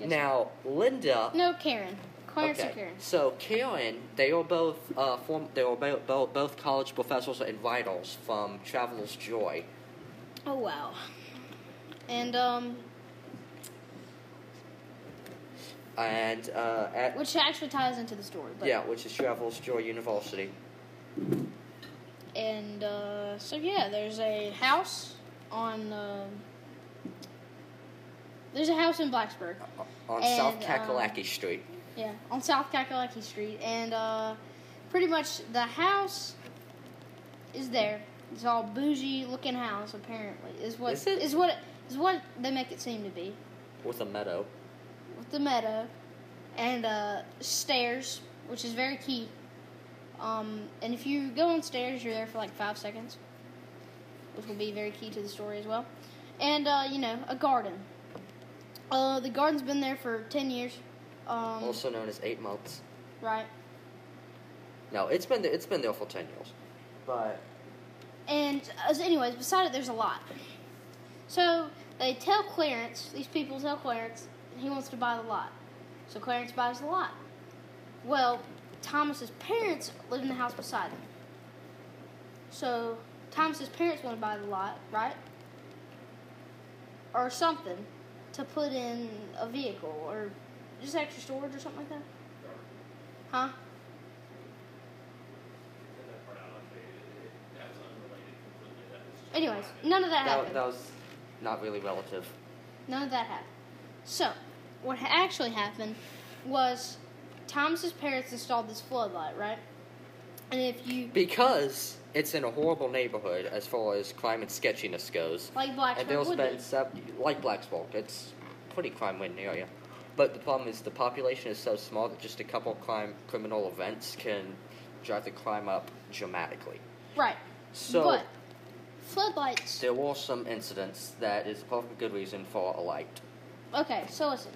S2: Yes.
S1: Now, Linda.
S2: No, Karen. Clarence and Karen.
S1: So Karen, they were both uh, form, they were bo- bo- both college professors and writers from Traveler's Joy.
S2: Oh wow. And um,
S1: And uh, at
S2: which actually ties into the story. But,
S1: yeah, which is Traveler's Joy University.
S2: And uh, so yeah, there's a house on. um there's a house in Blacksburg.
S1: uh, On
S2: And,
S1: South
S2: um,
S1: Kakalaki Street.
S2: Yeah, on South Kakalaki Street, and uh, pretty much the house is there. It's all bougie looking house, apparently. Is what
S1: Is it?
S2: is what is what they make it seem to be
S1: With a meadow.
S2: with the meadow and uh, stairs, which is very key. Um, and if you go on stairs, you're there for like five seconds, which will be very key to the story as well. And uh, you know, a garden. Uh, the garden's been there for ten years. Um,
S1: Also known as Eight Months.
S2: Right.
S1: No, it's been there, it's been there for ten years. But
S2: And as anyways, beside it, there's a lot. So they tell Clarence, these people tell Clarence, he wants to buy the lot. So Clarence buys the lot. Well, Thomas's parents live in the house beside them. So Thomas's parents want to buy the lot, right? Or something to put in a vehicle or just extra storage or something like that. Huh? Anyways, none of that,
S1: that,
S2: happened.
S1: that was not really relative.
S2: None of that happened. So, what ha- actually happened was Thomas's parents installed this floodlight, right? And if you
S1: Because it's in a horrible neighborhood as far as crime and sketchiness goes.
S2: like black
S1: And they'll
S2: would
S1: spend
S2: be.
S1: sub like Blacksburg. It's pretty crime ridden area. But the problem is the population is so small that just a couple crime criminal events can drive the crime up dramatically.
S2: right.
S1: So
S2: but Floodlights.
S1: There were some incidents that is a perfectly good reason for a light.
S2: Okay, so listen.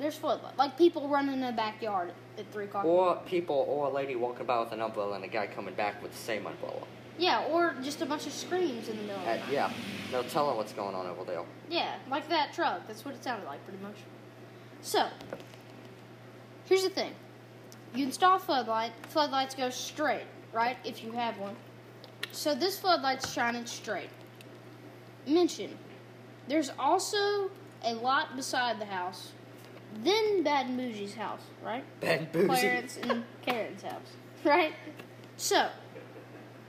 S2: There's floodlights. Like people running in the backyard at 3 o'clock.
S1: Or people, or a lady walking by with an umbrella and a guy coming back with the same umbrella.
S2: yeah, or just a bunch of screams in the middle of the
S1: Uh,
S2: night.
S1: yeah, no telling what's going on over there.
S2: Yeah, like that truck. That's what it sounded like, pretty much. So, here's the thing: you install floodlight. Floodlights go straight, right? If you have one. So this floodlight's shining straight. Mention: there's also a lot beside the house, then Bad and Bougie's house, right?
S1: [laughs] Ben Boozy.
S2: Clarence and Karen's house, right? So,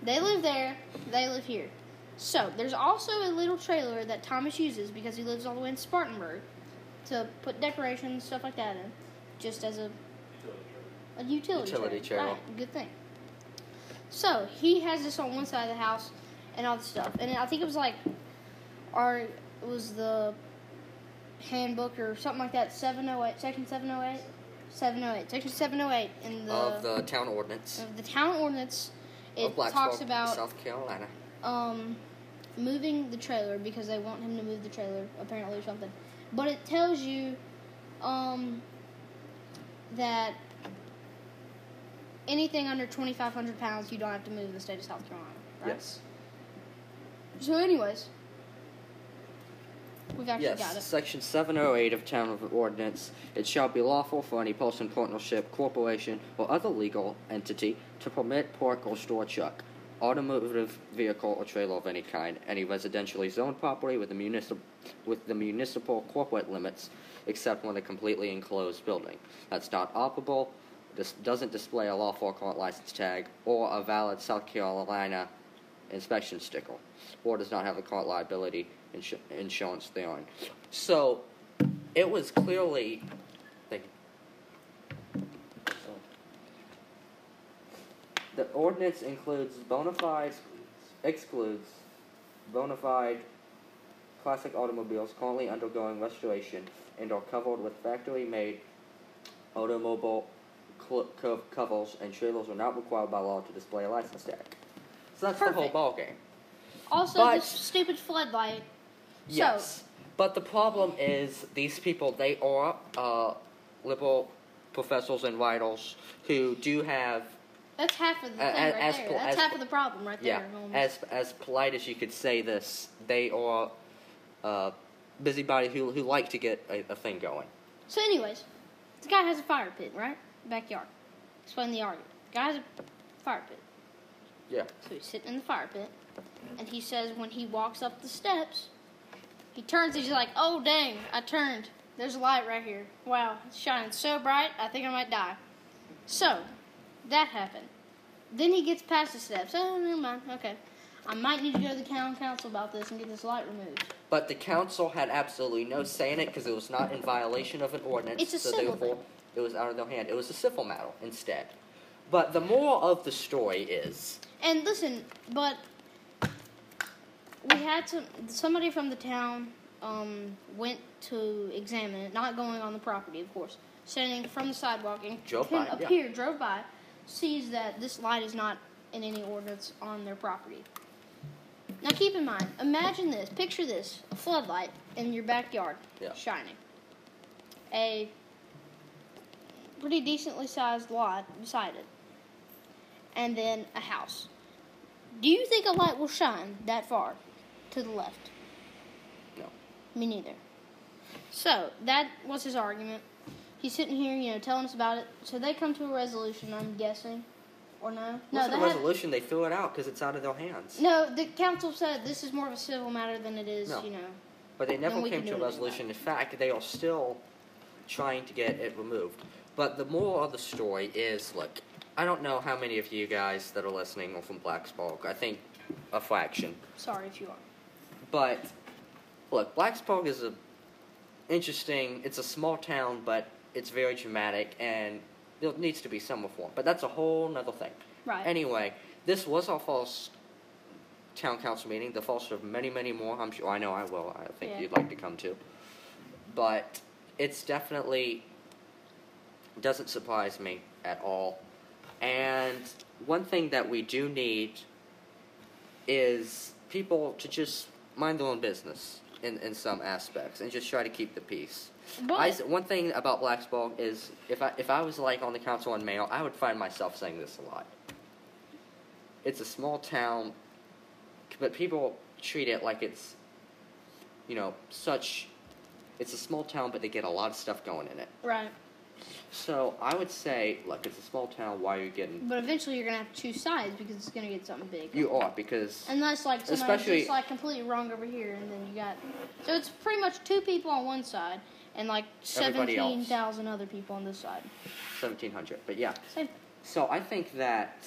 S2: they live there, they live here. So, there's also a little trailer that Thomas uses because he lives all the way in Spartanburg to put decorations, stuff like that in, just as a, a utility,
S1: Utility
S2: trailer.
S1: trailer.
S2: Right, good thing. So, he has this on one side of the house and all the stuff. And I think it was like, our, it was the handbook or something like that, 708, section 708? 708, section 708 in the
S1: of the town ordinance
S2: of the town ordinance,
S1: of
S2: it
S1: Blacksburg,
S2: talks about
S1: South Carolina.
S2: um, moving the trailer because they want him to move the trailer apparently or something. But it tells you um, that anything under 2,500 pounds you don't have to move in the state of South Carolina. Right?
S1: Yes.
S2: So, anyways, we've actually
S1: Yes,
S2: got it.
S1: Section 708 of Town Ordinance. It shall be lawful for any person, partnership, corporation, or other legal entity to permit, park, or store truck, automotive vehicle, or trailer of any kind, any residentially zoned property with the municipal, with the municipal corporate limits, except when a completely enclosed building. That's not operable, this doesn't display a lawful or current license tag, or a valid South Carolina inspection sticker, or does not have the current liability insu- insurance thereon. So, it was clearly. Thank you. So, The ordinance includes bona fide, excludes bona fide classic automobiles currently undergoing restoration and are covered with factory made automobile cl- co- covers and trailers are not required by law to display a license tag. So that's the whole
S2: Perfect.
S1: ball game.
S2: Also,
S1: but-
S2: this stupid floodlight. So-
S1: Yes. but the problem is these people, they are uh, liberal professors and writers who do have,
S2: That's half of the thing
S1: Uh,
S2: right
S1: as-
S2: there.
S1: as-
S2: That's half of the problem right
S1: yeah,
S2: there. homie.
S1: as, as polite as you could say this, they are uh, busybody who, who like to get a, a thing going.
S2: So, anyways, this guy has a fire pit, right? Backyard. Explain the argument. Guy has a fire pit.
S1: Yeah.
S2: So he's sitting in the fire pit, and he says when he walks up the steps, he turns and he's like, oh dang, I turned. There's a light right here. Wow, it's shining so bright, I think I might die. So, that happened. Then he gets past the steps. Oh, never mind. Okay. I might need to go to the town council about this and get this light removed.
S1: But the council had absolutely no say in it because it was not in violation of an ordinance.
S2: It's a
S1: so
S2: civil
S1: therefore, it was out of their hand. It was a civil matter instead. But the moral of the story is
S2: And listen, but we had some somebody from the town um, went to examine it, not going on the property, of course, standing from the sidewalk and
S1: Drove by,
S2: can
S1: yeah.
S2: appear drove by, sees that this light is not in any ordinance on their property. Now keep in mind, imagine this, picture this, a floodlight in your backyard,
S1: Yeah.
S2: shining. A pretty decently sized lot beside it, and then a house. Do you think a light will shine that far to the left?
S1: no.
S2: Me neither. So that was his argument. He's sitting here, you know, telling us about it. So they come to a resolution, I'm guessing, or no? No,
S1: Wasn't
S2: they
S1: a
S2: had,
S1: resolution. They threw it out because it's out of their hands.
S2: no. The council said this is more of a civil matter than it is,
S1: No.
S2: you know.
S1: But they never
S2: Then we
S1: came
S2: can
S1: to
S2: do
S1: a
S2: it anyway.
S1: resolution. In fact, they are still trying to get it removed. But the moral of the story is look, I don't know how many of you guys that are listening are from Blacksburg. I think a fraction.
S2: Sorry if you are.
S1: But look, Blacksburg is a interesting. It's a small town, but it's very dramatic, and there needs to be some reform. But that's a whole nother thing.
S2: Right.
S1: Anyway, this was our first town council meeting. The first of many, many more. I'm sure. I know I will. I think
S2: Yeah.
S1: you'd like to come to. But it's definitely doesn't surprise me at all. And one thing that we do need is people to just mind their own business in, in some aspects and just try to keep the peace.
S2: But-
S1: I s one thing about Blacksburg is if I if I was like on the council on mail, I would find myself saying this a lot. It's a small town, but people treat it like it's, you know, such. It's a small town, but they get a lot of stuff going in it.
S2: Right.
S1: So I would say, look, it's a small town. Why are you getting?
S2: But eventually you're gonna have to choose sides because it's gonna get something big.
S1: You are because
S2: Unless like somebody's
S1: Especially-
S2: just like completely wrong over here, and then you got so it's pretty much two people on one side and like
S1: Everybody else.
S2: seventeen thousand other people on this side.
S1: seventeen hundred. But yeah,
S2: Same.
S1: So I think that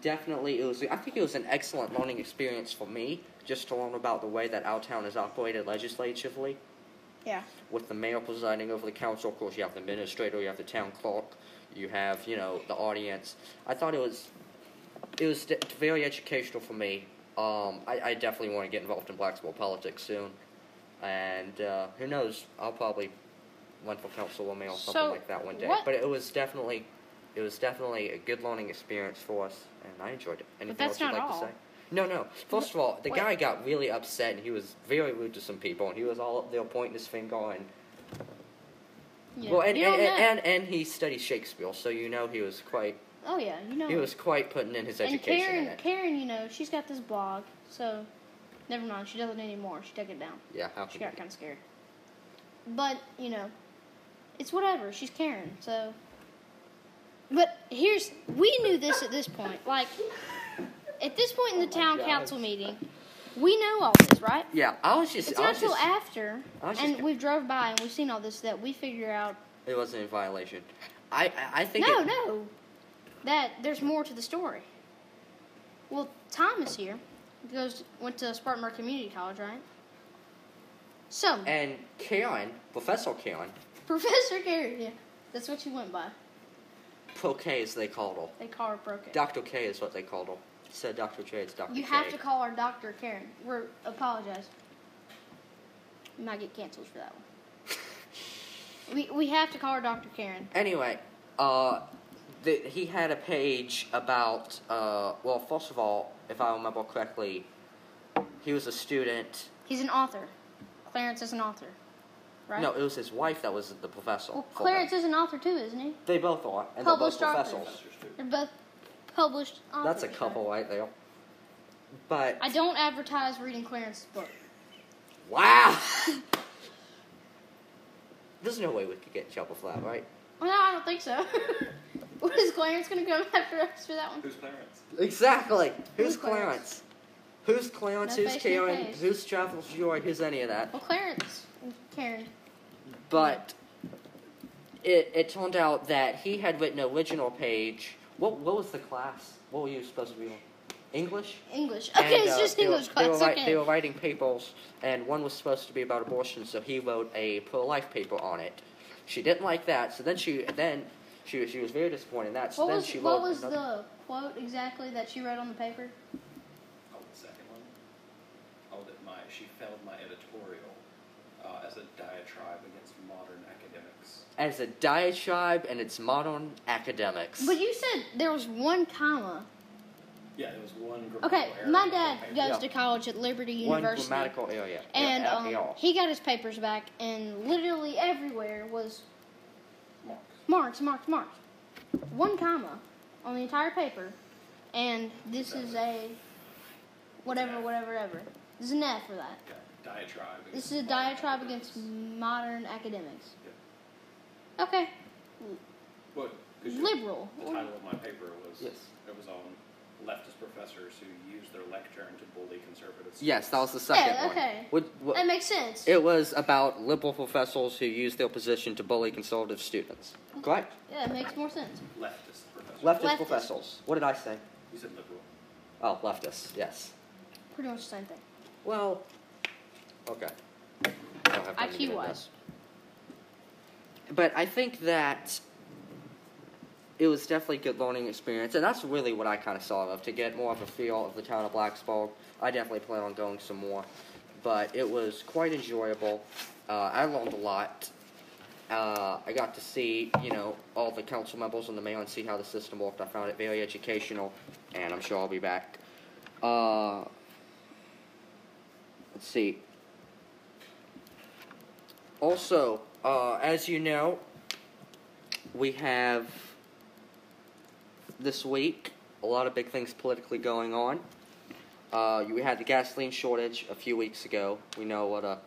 S1: definitely it was. I think it was an excellent learning experience for me, just to learn about the way that our town is operated legislatively,
S2: Yeah.
S1: with the mayor presiding over the council. Of course, you have the administrator, you have the town clerk, you have you know the audience. I thought it was it was de- very educational for me. Um, I, I definitely want to get involved in Blacksburg politics soon, and uh, who knows? I'll probably run for council or mayor or something
S2: So,
S1: like that one day.
S2: what-
S1: But it was definitely, it was definitely a good learning experience for us, and I enjoyed it. Anything else
S2: that's
S1: you'd
S2: not
S1: like
S2: all.
S1: to say? No, no. First of all, the
S2: Wait.
S1: guy got really upset, and he was very rude to some people, and he was all up there pointing his finger and
S2: Yeah.
S1: well, and
S2: you
S1: and,
S2: don't know.
S1: and, and he studied Shakespeare, so you know he was quite
S2: oh yeah, you know.
S1: he was quite putting in his
S2: and
S1: education
S2: Karen,
S1: in it.
S2: Karen, you know, she's got this blog, so never mind. She doesn't anymore. She took it down.
S1: Yeah, how
S2: She
S1: can
S2: got kind of scared. But, you know, it's whatever. She's Karen, so. But here's. We knew this at this point. Like, at this point in the town
S1: Oh gosh.
S2: council meeting, we know all this, right?
S1: Yeah, I was just.
S2: It's
S1: I
S2: not
S1: was
S2: till
S1: just-
S2: after,
S1: I was
S2: and
S1: just-
S2: we've drove by and we've seen all this that we figure out.
S1: It wasn't a violation. I I, I think.
S2: No,
S1: it,
S2: no. That there's more to the story. Well, Thomas here goes went to Spartanburg Community College, right? So
S1: And Karen, Professor Karen,
S2: [laughs] Professor Gary. Yeah, that's what you went by.
S1: Pro K as they called her.
S2: They call her Broken.
S1: Doctor K is what they called her. Said Doctor J, it's Doctor
S2: you
S1: K.
S2: have to call her Dr. Karen. We're apologize. You might get canceled for that
S1: [laughs]
S2: one. we we have to call her Dr. Karen.
S1: Anyway, uh, the, he had a page about, uh, well, first of all, if I remember correctly, he was a student.
S2: He's an author. Clarence is an author, right?
S1: No, it was his wife that was the professor.
S2: Well,
S1: for him.
S2: Clarence is an author too, isn't he?
S1: They both are, and they're both
S2: Published authors.
S1: professors.
S2: They're both published authors.
S1: That's a
S2: right?
S1: couple right there. But
S2: I don't advertise reading Clarence's book.
S1: wow, [laughs] there's no way we could get in trouble for that, right?
S2: Well, no, I don't think so. [laughs] what is Clarence gonna come after us for that one?
S3: Who's Clarence?
S1: Exactly. Who's
S2: Who's Clarence?
S1: Clarence? Who's Clarence?
S2: No
S1: Who's
S2: face, no
S1: Karen?
S2: face.
S1: Who's Travel's Joy? Who's any of that?
S2: Well, Clarence, and Karen.
S1: But it it turned out that he had written an original page. What what was the class? What were you supposed to be on? English?
S2: English. Okay,
S1: And,
S2: it's
S1: uh,
S2: just
S1: they were-
S2: English
S1: They
S2: class.
S1: were, write-
S2: okay.
S1: they were writing papers, and one was supposed to be about abortion, so he wrote a pro-life paper on it. She didn't like that, so then she then she was- she was very disappointed in that. So
S2: what
S1: then
S2: was
S1: she
S2: what
S1: wrote
S2: was
S1: another-
S2: the quote exactly that she read on the paper?
S3: Oh, the second one? Oh, that my, she failed my editorial uh, as a diatribe against modern academics.
S1: as a diatribe and its modern academics.
S2: But you said there was one comma.
S3: Yeah, there was one grammatical
S2: Okay,
S3: error
S2: my
S3: in the
S2: dad
S3: paper.
S2: goes
S1: Yeah.
S2: to college at Liberty
S1: one
S2: University.
S1: grammatical area.
S2: and
S1: Yeah,
S2: um,
S1: yeah.
S2: he got his papers back, and literally everywhere was
S3: Mark.
S2: marks, marks, marks. One comma on the entire paper, and this is a whatever, whatever, whatever. This is an F for that.
S3: Yeah, diatribe.
S2: This is
S3: against
S2: a
S3: modern
S2: diatribe
S3: academics.
S2: against modern academics.
S3: Yeah.
S2: Okay,
S3: Well, 'cause you-
S2: liberal.
S3: The title of my paper was
S1: Yes.
S3: it was on leftist professors who use their lectern to bully conservative.
S1: Yes, that was the
S2: Yeah,
S1: second
S2: okay.
S1: one. Would-
S2: That
S1: wha-
S2: makes sense.
S1: it was about liberal professors who used their position to bully conservative students. Correct?
S2: Yeah, it makes more sense.
S3: leftist professors.
S1: Leftist,
S2: Leftist.
S1: professors. What did I say?
S3: You said liberal.
S1: Oh, leftists, yes.
S2: Pretty much the same thing.
S1: Well, okay. I don't have time to
S2: IQ
S1: get into
S2: wise.
S1: this. But I think that it was definitely a good learning experience, and that's really what I kind of saw of to get more of a feel of the town of Blacksburg. I definitely plan on going some more, but it was quite enjoyable. Uh, I learned a lot. Uh, I got to see, you know, all the council members and the mayor and see how the system worked. I found it very educational, and I'm sure I'll be back. Uh, Let's see. Also, uh, as you know, we have this week a lot of big things politically going on. Uh, you- we had the gasoline shortage a few weeks ago. We know what a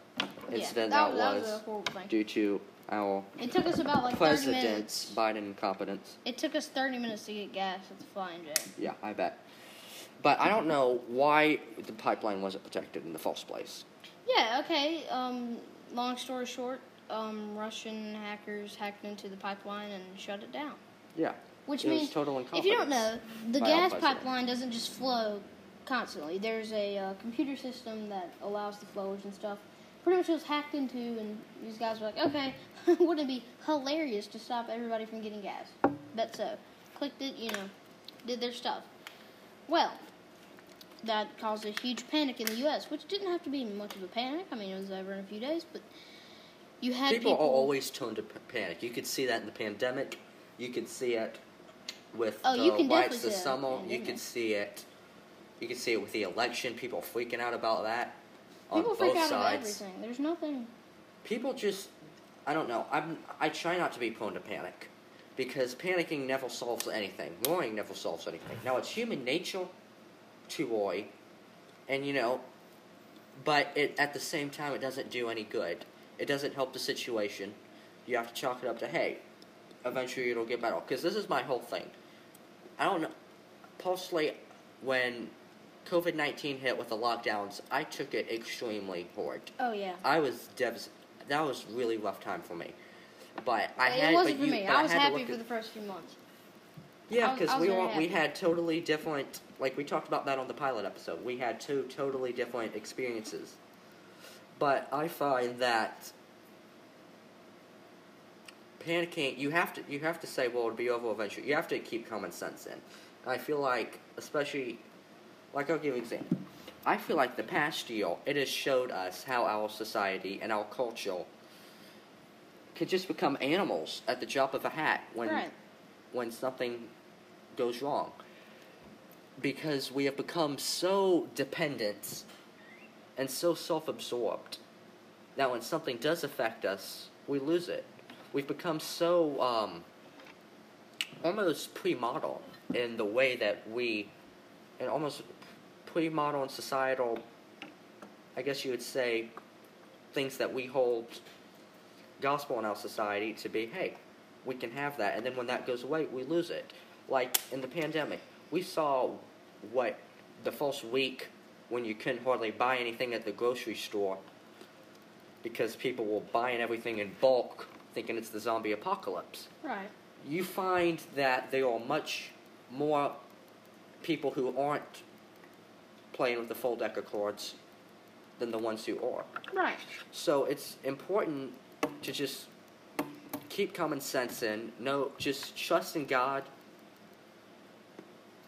S1: incident that,
S2: yeah, that, that
S1: was,
S2: a horrible thing.
S1: due to our
S2: It took us about like 30
S1: president's
S2: minutes.
S1: Biden incompetence.
S2: It took us 30 minutes to get gas at the flying jet.
S1: Yeah, I bet. But I don't know why the pipeline wasn't protected in the first place.
S2: Yeah, okay. Um, long story short, um, Russian hackers hacked into the pipeline and shut it down.
S1: Yeah.
S2: Which
S1: It was
S2: means,
S1: total
S2: if you don't know,
S1: incompetence
S2: the
S1: by our
S2: gas
S1: president.
S2: pipeline doesn't just flow constantly. There's a uh, computer system that allows the flows and stuff. Pretty much it was hacked into, and these guys were like, okay, [laughs] wouldn't it be hilarious to stop everybody from getting gas? Bet so. Clicked it, you know, did their stuff. Well, that caused a huge panic in the U.S., which didn't have to be much of a panic. I mean, it was over in a few days, but you had
S1: People
S2: people,
S1: are always prone to p- panic. You could see that in the pandemic. You could see it with
S2: Oh,
S1: the
S2: you can
S1: riots
S2: definitely
S1: this
S2: see that in the
S1: summer. You
S2: pandemic.
S1: could see it. You could see it with the election. People are freaking out about that on
S2: people
S1: both
S2: freak out about
S1: sides.
S2: everything. There's nothing.
S1: people just i don't know i'm i try not to be prone to panic because panicking never solves anything worrying never solves anything now it's human nature to worry and you know but it at the same time it doesn't do any good it doesn't help the situation you have to chalk it up to hey eventually it'll get better because this is my whole thing i don't know personally when covid-19 hit with the lockdowns i took it extremely hard
S2: Oh, yeah.
S1: I was devs. That was really rough time for me. But I
S2: it
S1: had.
S2: wasn't
S1: but
S2: for
S1: you,
S2: me.
S1: But
S2: I was
S1: had to
S2: happy
S1: look
S2: for
S1: at-
S2: the first few months. I
S1: Yeah,
S2: was- I
S1: because
S2: was
S1: we
S2: very
S1: were we
S2: happy.
S1: had totally different. Like we talked about that on the pilot episode. We had two totally different experiences. But I find that panicking you have to you have to say well it'll be over eventually you have to keep common sense in And i feel like especially like i'll give you an example i feel like the past year it has showed us how our society and our culture could just become animals at the drop of a hat when
S2: Right.
S1: when something goes wrong because we have become so dependent and so self-absorbed that when something does affect us, we lose it. We've become so um, almost pre-model in the way that we, and almost pre-model and societal, I guess you would say, things that we hold gospel in our society to be, hey, we can have that, and then when that goes away, we lose it. Like in the pandemic, we saw what the first week when you couldn't hardly buy anything at the grocery store because people were buying everything in bulk, thinking it's the zombie apocalypse.
S2: Right.
S1: You find that there are much more people who aren't playing with the full deck of cards than the ones who are.
S2: Right.
S1: So it's important to just keep common sense in. No, just trust in God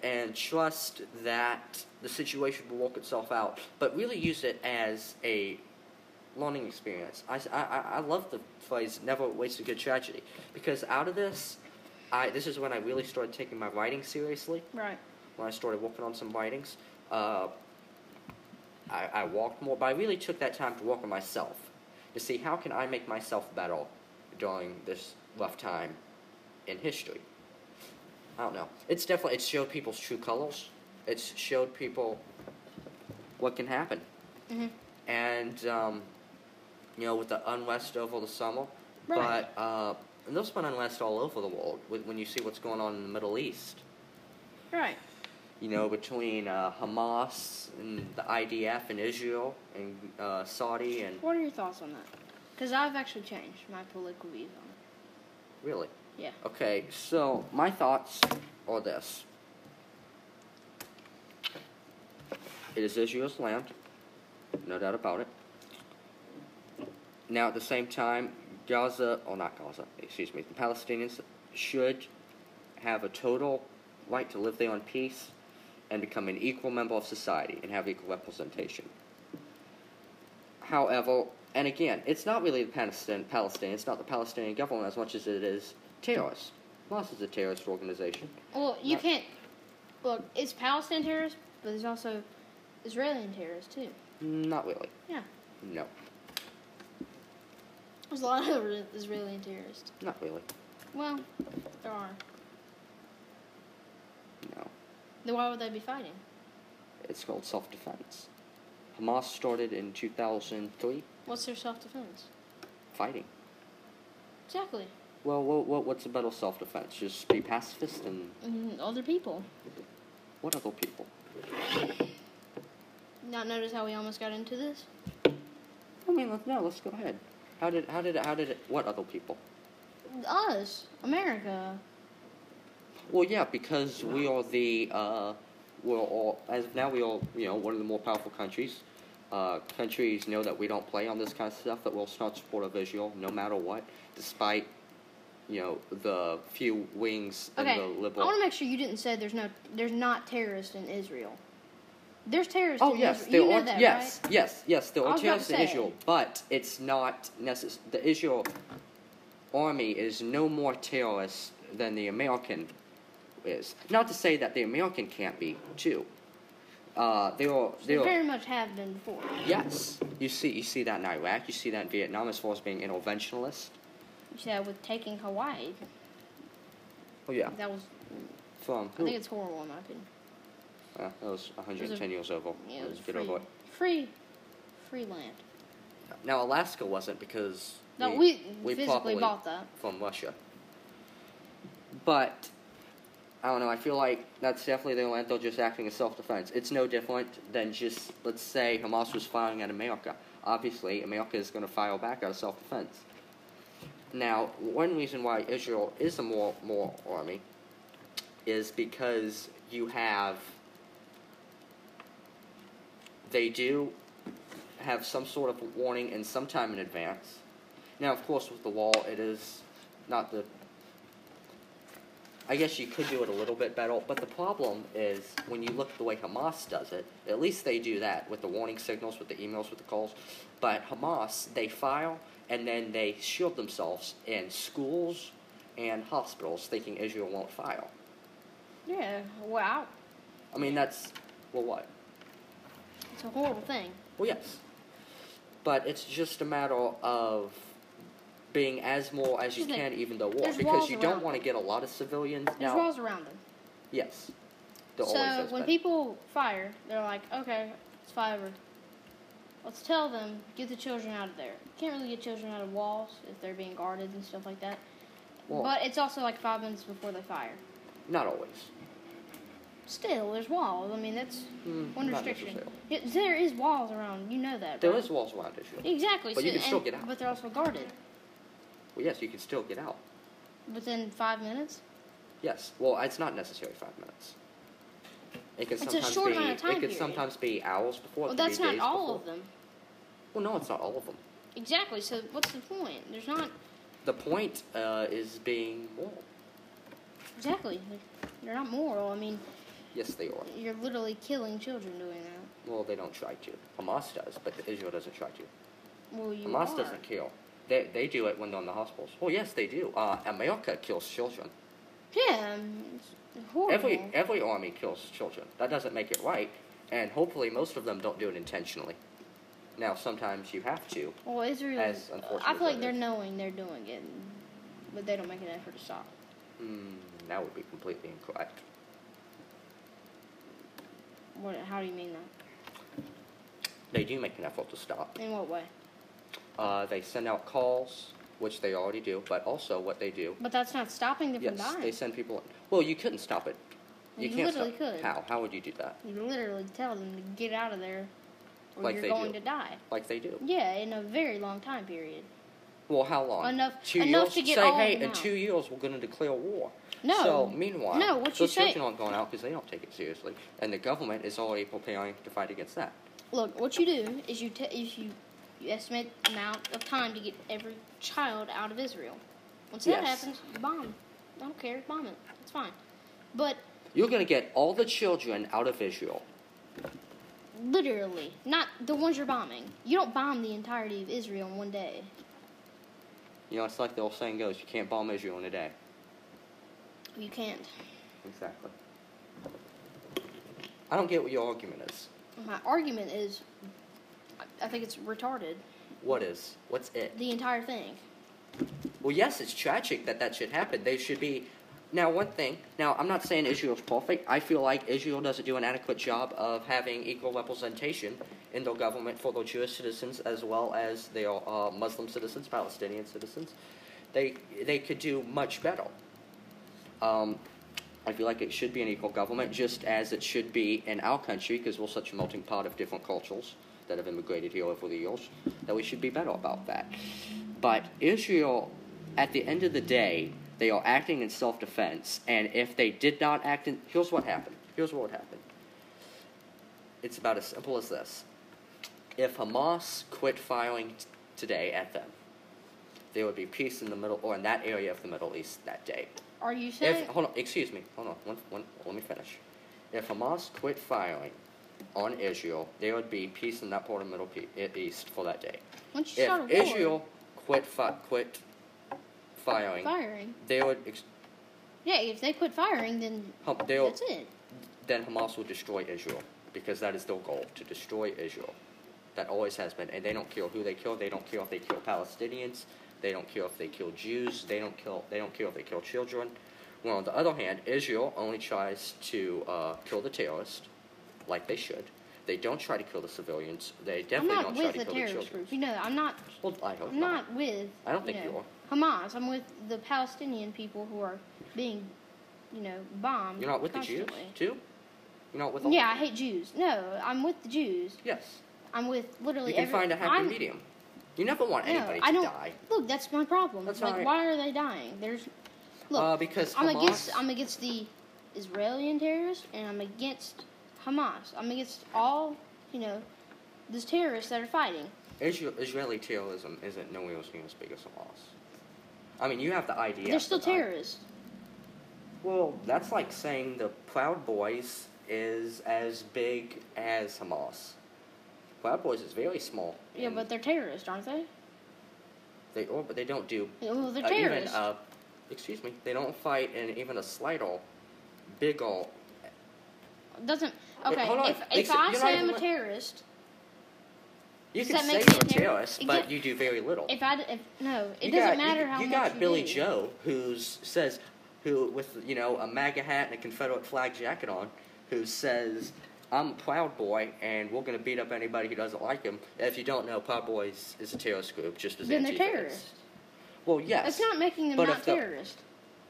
S1: and trust that the situation will work itself out. But really use it as a learning experience. I, I, I- I love the phrase "never waste a good tragedy" because out of this, I this is when I really started taking my writing seriously
S2: Right.
S1: when I started working on some writings. Uh, I, I walked more, but I really took that time to work on myself to see how can I make myself better during this rough time in history. I don't know. It's definitely it showed people's true colors. It's showed people what can happen,
S2: Mhm.
S1: and um, you know with the unrest over the summer.
S2: Right.
S1: But uh, and there's been unrest all over the world when when you see what's going on in the Middle East
S2: Right.
S1: you know, between uh, Hamas and the IDF and Israel and uh, Saudi and
S2: What are your thoughts on that? Because I've actually changed my political views on it.
S1: really.
S2: Yeah.
S1: Okay, so my thoughts are this: it is Israel's land, no doubt about it. Now, at the same time, Gaza, or not Gaza, excuse me, the Palestinians should have a total right to live there in peace and become an equal member of society and have equal representation. However, and again, it's not really the Palestinian, Palestinian, it's not the Palestinian government as much as it is terrorists. Hamas is a terrorist organization.
S2: Well, you
S1: Right.
S2: can't. Look, it's Palestine terrorists, but there's also Israeli terrorists, too.
S1: Not really.
S2: Yeah.
S1: No,
S2: There's a lot of Re- Israeli terrorists.
S1: not really.
S2: Well, there are.
S1: No.
S2: Then why would they be fighting?
S1: It's called self defense. Hamas started in 2003
S2: What's their self defense?
S1: fighting.
S2: Exactly.
S1: Well, what, what, what's a better self defense? Just be pacifist and
S2: Mm, other people.
S1: what other people?
S2: Not notice how we almost got into this?
S1: I mean, let, no, let's go ahead. How did, how did, how did it, what other people?
S2: Us, America.
S1: Well, yeah, because we are the uh, we're all as of now we are you know one of the more powerful countries. Uh, countries know that we don't play on this kind of stuff. That we'll not support of Israel no matter what, despite you know the few wings in
S2: Okay.
S1: the
S2: I
S1: liberal.
S2: want to make sure you didn't say there's no, there's not terrorists in Israel. There's terrorists.
S1: Oh
S2: in
S1: yes,
S2: Israel.
S1: there
S2: you know
S1: are
S2: that,
S1: yes,
S2: right?
S1: yes, yes, there
S2: I
S1: are
S2: was about to
S1: terrorists in
S2: say.
S1: Israel, but it's not necess- The Israel army is no more terrorist than the American is. Not to say that the American can't be too. Uh, they are.
S2: They
S1: They are.
S2: very much have been before.
S1: Yes, you see, you see that in Iraq. You see that in Vietnam as far as being interventionalist.
S2: You see that with taking Hawaii.
S1: Oh yeah,
S2: That was,
S1: from
S2: I
S1: who?
S2: think it's horrible in my opinion.
S1: Uh, that was 110 years over.
S2: Yeah, it was
S1: Get
S2: free,
S1: over it.
S2: free, free land.
S1: Now Alaska wasn't because
S2: No, we, physically
S1: properly-
S2: bought that.
S1: from Russia. But I don't know. I feel like that's definitely the only they're just acting in self-defense. It's no different than just let's say Hamas was firing at America. Obviously, America is going to fire back out of self-defense. Now, one reason why Israel is a more more army is because you have they do have some sort of warning and some time in advance. Now, of course, with the wall, it is not the. I guess you could do it a little bit better, but the problem is when you look at the way Hamas does it, at least they do that with the warning signals, with the emails, with the calls. But Hamas, they file and then they shield themselves in schools and hospitals, thinking Israel won't file.
S2: Yeah, wow.
S1: I mean, that's. Well, what?
S2: It's a horrible thing.
S1: Well, yes. But it's just a matter of being as moral as you
S2: Just
S1: can,
S2: like-
S1: even though war,
S2: there's
S1: because
S2: walls
S1: you don't
S2: around
S1: want to get a lot of civilians.
S2: There's
S1: now,
S2: walls around them.
S1: yes. There
S2: so
S1: always has
S2: when
S1: been.
S2: people fire, they're like, okay, it's fiber. Let's tell them, get the children out of there. Can't really get children out of walls if they're being guarded and stuff like that.
S1: Well-
S2: but it's also like five minutes before they fire.
S1: Not always.
S2: Still, there's walls. I mean, that's
S1: Mm,
S2: one
S1: not
S2: restriction.
S1: necessarily.
S2: It, there is walls around. You know that.
S1: There
S2: right?
S1: is walls around Israel.
S2: Exactly.
S1: But
S2: so,
S1: you can still
S2: and-
S1: get out.
S2: But they're also guarded.
S1: Well, yes, you can still get out.
S2: Within five minutes.
S1: Yes. Well, it's not necessarily five minutes. It can
S2: It's a
S1: sometimes
S2: short
S1: be.
S2: amount of time
S1: it can
S2: period.
S1: sometimes be hours before.
S2: Well,
S1: it can
S2: that's
S1: be
S2: not
S1: days
S2: all
S1: before.
S2: of them.
S1: Well, no, it's not all of them.
S2: Exactly. So what's the point? There's not
S1: The point uh, is being moral.
S2: exactly. They're- They're not moral. I mean,
S1: Yes, they are.
S2: you're literally killing children doing that.
S1: Well, they don't try to. Hamas does, but Israel doesn't try to.
S2: Well, you
S1: Hamas
S2: are.
S1: doesn't kill. They, they do it when they're in the hospitals. Well, yes, they do. Uh, America kills children.
S2: Yeah, um, it's horrible.
S1: Every every army kills children. That doesn't make it right, and hopefully most of them don't do it intentionally. Now, sometimes you have to.
S2: well, Israel.
S1: as unfortunate
S2: I feel
S1: as
S2: like
S1: it
S2: they're
S1: is.
S2: knowing they're doing it, but they don't make an effort to stop.
S1: Mm, that would be completely incorrect.
S2: What? How do you mean that?
S1: They do make an effort to stop.
S2: In what way?
S1: Uh, they send out calls, which they already do, but also what they do.
S2: But that's not stopping them
S1: Yes,
S2: from
S1: they
S2: dying.
S1: send people. In. Well, you couldn't stop it. You,
S2: You
S1: can't
S2: literally
S1: stop.
S2: could.
S1: How? How would you do that?
S2: You literally tell them to get out of there, or
S1: Like
S2: you're
S1: they
S2: going
S1: do.
S2: to die.
S1: Like they do.
S2: Yeah, in a very long time period.
S1: Well, how long?
S2: Enough-
S1: Two
S2: enough
S1: years
S2: to get
S1: say,
S2: all of
S1: hey,
S2: them
S1: in
S2: out."
S1: two years we're going to declare war.
S2: No.
S1: So meanwhile,
S2: No, what you
S1: those children
S2: say-
S1: aren't going out because they don't take it seriously, and the government is already preparing to fight against that.
S2: Look, what you do is you t- if you you estimate the amount of time to get every child out of Israel. Once that
S1: Yes.
S2: happens, you bomb. I don't care, bomb it. It's fine. But
S1: You're going to get all the children out of Israel.
S2: literally, not the ones you're bombing. You don't bomb the entirety of Israel in one day.
S1: You know, it's like the old saying goes: you can't bomb Israel in a day.
S2: You can't.
S1: Exactly. I don't get what your argument is.
S2: My argument is I- I think it's retarded.
S1: What is? What's it?
S2: The entire thing.
S1: Well, yes, it's tragic that that should happen. They should be. Now, one thing. Now, I'm not saying Israel's perfect. I feel like Israel doesn't do an adequate job of having equal representation in their government for their Jewish citizens as well as their uh, Muslim citizens, Palestinian citizens. They they could do much better. Um, I feel like it should be an equal government, just as it should be in our country, because we're such a melting pot of different cultures that have immigrated here over the years, that we should be better about that. But Israel, at the end of the day, they are acting in self defense, and if they did not act in. Here's what happened. Here's what would happen. It's about as simple as this. If Hamas quit firing t- today at them, there would be peace in the middle, or in that area of the Middle East that day.
S2: Are you saying?
S1: If, hold on, excuse me, hold on, one, one, let me finish. If Hamas quit firing on Israel, there would be peace in that part of the Middle Pe- E- East for that day.
S2: Once you start a
S1: If
S2: war,
S1: Israel quit fi- quit firing,
S2: firing.
S1: they would ex-
S2: Yeah, if they quit firing, then
S1: hum, they would,
S2: that's it.
S1: then Hamas will destroy Israel because that is their goal to destroy Israel. That always has been, and they don't care who they kill. They don't care if they kill Palestinians. They don't care if they kill Jews. They don't kill. They don't care if they kill children. Well, on the other hand, Israel only tries to uh, kill the terrorists, like they should. They don't try to kill the civilians. They
S2: I'm
S1: definitely
S2: not
S1: don't
S2: with
S1: try
S2: the
S1: to kill the
S2: terrorist
S1: children.
S2: group. You know, that. I'm not.
S1: Well, I hope
S2: I'm not with.
S1: I don't think
S2: know,
S1: you are.
S2: Hamas. I'm with the Palestinian people who are being, you know, bombed.
S1: You're not with the Jews
S2: constantly.
S1: too. You're not with. all-
S2: Yeah, I hate Jews. No, I'm with the Jews.
S1: Yes.
S2: I'm with literally.
S1: You can
S2: every,
S1: find a happy
S2: I'm-
S1: medium. You never want
S2: No,
S1: anybody
S2: I
S1: to
S2: don't.
S1: die.
S2: Look, that's my problem.
S1: That's
S2: like,
S1: alright.
S2: why are they dying? There's. Look,
S1: uh, because
S2: I'm
S1: Hamas,
S2: against I'm against the Israeli terrorists and I'm against Hamas. I'm against all you know these terrorists that are fighting.
S1: Israel, Israeli terrorism isn't nowhere near as big as Hamas. I mean, you have the IDF.
S2: They're still
S1: but I-
S2: terrorists.
S1: Well, that's like saying the Proud Boys is as big as Hamas. Proud Boys is very small.
S2: Yeah,
S1: and
S2: but they're terrorists, aren't they?
S1: they or but they don't do
S2: Yeah, Well, they're
S1: uh, even
S2: terrorists.
S1: uh, excuse me, they don't fight in even a slight or big or
S2: Doesn't
S1: Wait,
S2: okay?
S1: hold on.
S2: If,
S1: Ex-
S2: if I
S1: you're not
S2: say I'm
S1: even
S2: a
S1: li-
S2: terrorist,
S1: you
S2: Does
S1: can
S2: that
S1: say
S2: make
S1: you're a
S2: me a terror-
S1: terrorist, but
S2: Exa-
S1: you do very little.
S2: if I d- if no, it
S1: you got,
S2: doesn't matter
S1: you,
S2: how
S1: you
S2: much
S1: got
S2: you
S1: Billy
S2: do.
S1: Joe, who's says who with you know a MAGA hat and a Confederate flag jacket on, who says I'm a Proud Boy and we're gonna beat up anybody who doesn't like him. If you don't know, Proud Boys is a terrorist group, just as
S2: Then they're
S1: Antifa
S2: terrorists.
S1: is. Well, yes,
S2: That's not making them
S1: But
S2: not
S1: if the-
S2: terrorists.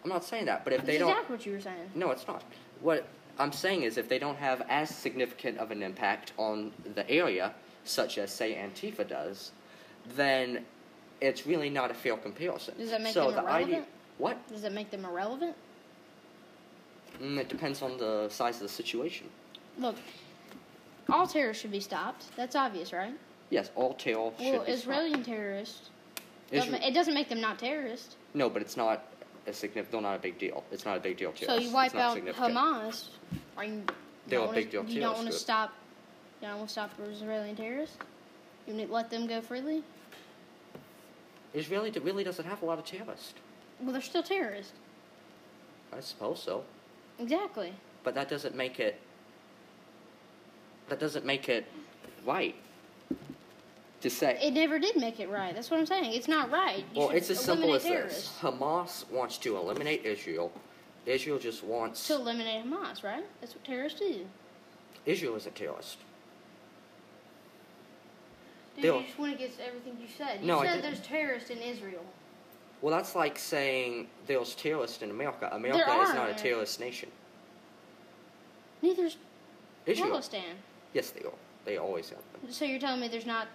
S1: I'm not saying that, but if
S2: That's
S1: they don't,
S2: exactly what you were saying.
S1: no, it's not. What I'm saying is, if they don't have as significant of an impact on the area, such as say Antifa does, then it's really not a fair comparison.
S2: Does that make
S1: so
S2: them
S1: the ID
S2: irrelevant?
S1: what?
S2: Does that make them irrelevant?
S1: Mm, it depends on the size of the situation.
S2: Look, all terror should be stopped. That's obvious, right?
S1: Yes, all terror
S2: Well,
S1: should be
S2: Israeli terrorists.
S1: stopped.
S2: Doesn't,
S1: Isra-
S2: it doesn't make them not terrorists.
S1: no, but it's not a significant. They're not a big deal. It's not a big deal to
S2: So
S1: us.
S2: you wipe
S1: it's not
S2: out
S1: significant.
S2: Hamas. Are you? you
S1: They're
S2: don't
S1: a
S2: wanna-
S1: big deal
S2: You
S1: terrorist
S2: don't want to
S1: group.
S2: stop. You don't want to stop Israeli terrorists. You wanna let them go freely.
S1: Israel really, really doesn't have a lot of terrorists.
S2: Well, they're still terrorists.
S1: I suppose so,
S2: Exactly.
S1: but that doesn't make it. That doesn't make it right. To say
S2: It never did make it right. That's what I'm saying. It's not right. You
S1: Well,
S2: should
S1: it's as simple as
S2: eliminate
S1: this:
S2: terrorists
S1: Hamas wants to eliminate Israel. Israel just wants
S2: To eliminate Hamas, right? That's what terrorists do.
S1: Israel is a terrorist.
S2: Dude,
S1: They'll-
S2: you just went against everything you said. You
S1: No, I
S2: said
S1: didn't.
S2: there's terrorists in Israel.
S1: Well, that's like saying there's terrorists in America. America is not a
S2: aren't.
S1: terrorist nation.
S2: Neither's
S1: Israel.
S2: Palestine.
S1: Yes, they are. They always have been.
S2: So you're telling me there's not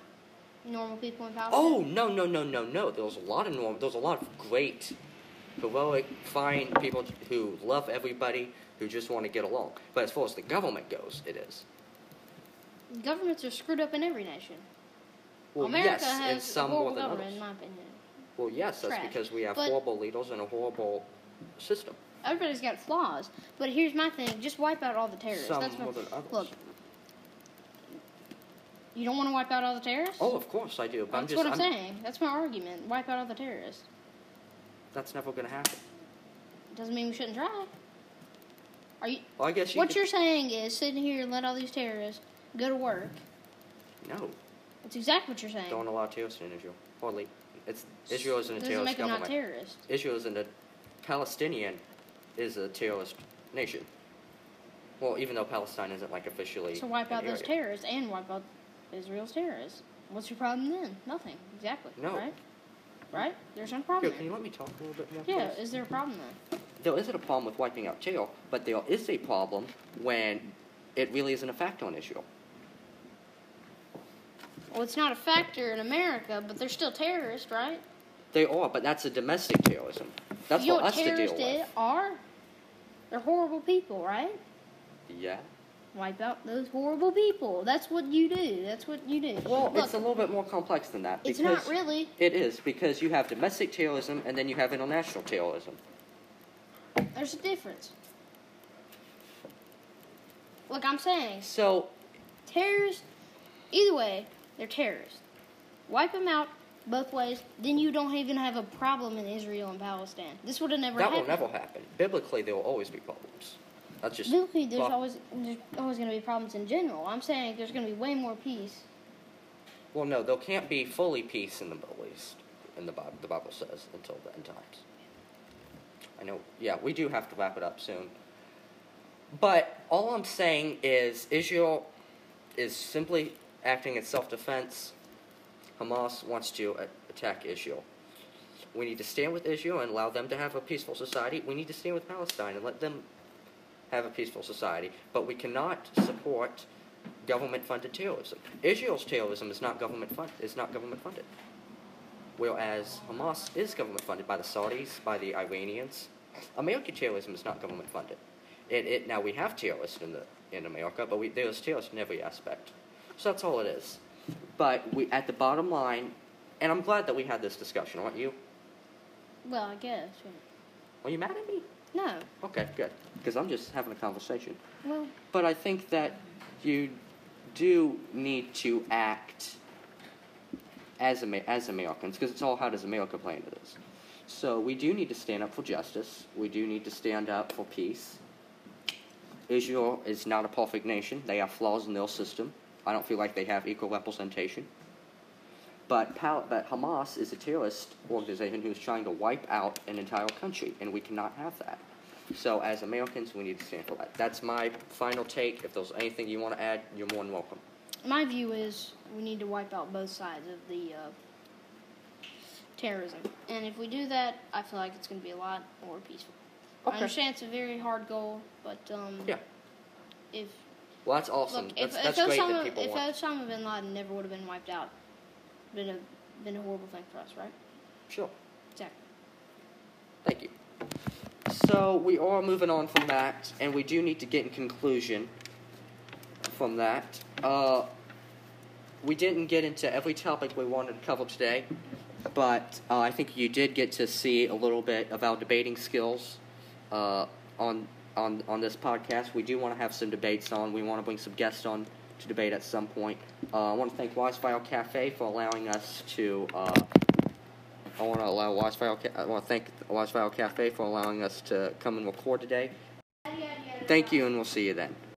S2: normal people in Palestine?
S1: Oh no no no no no! There was a lot of norm. There was a lot of great, heroic, fine people who love everybody who just want to get along. But as far as the government goes, it is.
S2: Governments are screwed up in every nation.
S1: Oh! Well,
S2: America
S1: yes,
S2: has
S1: in some
S2: a
S1: more
S2: horrible
S1: than
S2: government, in
S1: others.
S2: my opinion.
S1: Well, yes, that's
S2: Trash.
S1: because we have
S2: But-
S1: horrible leaders and a horrible system.
S2: Everybody's got flaws, but here's my thing: just wipe out all the terrorists.
S1: Some
S2: That's my,
S1: more than others.
S2: Look, you don't want to wipe out all the terrorists.
S1: Oh, of course I do. But I'm
S2: that's
S1: just
S2: what I'm, saying. That's my argument. Wipe out all the terrorists.
S1: That's never going to happen.
S2: Doesn't mean we shouldn't try. Are you?
S1: Well, I guess you.
S2: what
S1: could-
S2: you're saying is, sitting here and let all these terrorists go to work
S1: No,
S2: That's exactly what you're saying.
S1: Don't allow terrorists in Israel. Hardly. It's Israel isn't a
S2: Doesn't
S1: terrorist
S2: make them
S1: government.
S2: not terrorists.
S1: Israel isn't a Palestinian is a terrorist nation. Well, even though Palestine isn't like officially
S2: So wipe
S1: an
S2: out those
S1: area.
S2: terrorists and wipe out Israel's terrorists. What's your problem then? Nothing. Exactly.
S1: No.
S2: Right? Right? There's no
S1: Yo,
S2: problem.
S1: can you let me talk a little bit more?
S2: there.
S1: please?
S2: Yeah, is there a problem then?
S1: there isn't a problem with wiping out jail, but there is a problem when it really isn't a fact on Israel.
S2: Well, it's not a factor in America, but they're still terrorists, right?
S1: They are, but that's a domestic terrorism. That's
S2: you
S1: for
S2: know what
S1: us to deal
S2: terrorists
S1: with.
S2: are? They're horrible people, right?
S1: Yeah.
S2: Wipe out those horrible people. That's what you do. That's what you do.
S1: Well,
S2: Look,
S1: it's a little bit more complex than that.
S2: it's
S1: because
S2: not really.
S1: It is because you have domestic terrorism and then you have international terrorism.
S2: There's a difference. Look, I'm saying
S1: So
S2: terrorists. Either way, they're terrorists. Wipe them out both ways, then you don't even have a problem in Israel and Palestine. This would have never
S1: that
S2: happened.
S1: will never happen. Biblically, there will always be problems. That's just
S2: Biblically, there's
S1: well,
S2: always there's always going to be problems in general. I'm saying there's going to be way more peace.
S1: well, no, there can't be fully peace in the Middle East, and the Bible, the Bible says until the end times. I know. Yeah, we do have to wrap it up soon. But all I'm saying is Israel is simply acting in self-defense. Hamas wants to a- attack Israel. We need to stand with Israel and allow them to have a peaceful society. We need to stand with Palestine and let them have a peaceful society. But we cannot support government-funded terrorism. Israel's terrorism is not government fund is not government funded. Whereas Hamas is government funded by the Saudis, by the Iranians. American terrorism is not government funded. It, it now we have terrorists in the in America, but we, there's terrorists in every aspect. So that's all it is. But we at the bottom line, and I'm glad that we had this discussion, aren't you?
S2: Well, I guess.
S1: Are you mad at me?
S2: No.
S1: Okay, good. Because I'm just having a conversation.
S2: Well,
S1: But I think that you do need to act as Amer- as Americans because it's all how does America play into this. So we do need to stand up for justice. We do need to stand up for peace. Israel is not a perfect nation. They have flaws in their system. I don't feel like they have equal representation. But, Pal- but Hamas is a terrorist organization who's trying to wipe out an entire country, and we cannot have that. So, as Americans, we need to stand for that. That's my final take. If there's anything you want to add, you're more than welcome.
S2: my view is we need to wipe out both sides of the uh, terrorism, and if we do that, I feel like it's going to be a lot more peaceful. I
S1: Okay.
S2: understand it's a very hard goal, but um,
S1: Yeah.
S2: if
S1: Well, that's awesome.
S2: look,
S1: that's
S2: if,
S1: that's
S2: if
S1: great
S2: Osama,
S1: that people
S2: if
S1: want.
S2: Osama bin Laden never would have been wiped out, been a been a horrible thing for us, right?
S1: Sure.
S2: Exactly.
S1: Thank you. So we are moving on from that, and we do need to get in conclusion from that. Uh, we didn't get into every topic we wanted to cover today, but uh, I think you did get to see a little bit of our debating skills uh, on on on this podcast. We do want to have some debates on. We want to bring some guests on to debate at some point. Uh, I want to thank Wisefile Cafe for allowing us to. Uh, I want to allow Watchfile. Ca- I want to thank Watchfile Cafe for allowing us to come and record today. Thank you, and we'll see you then.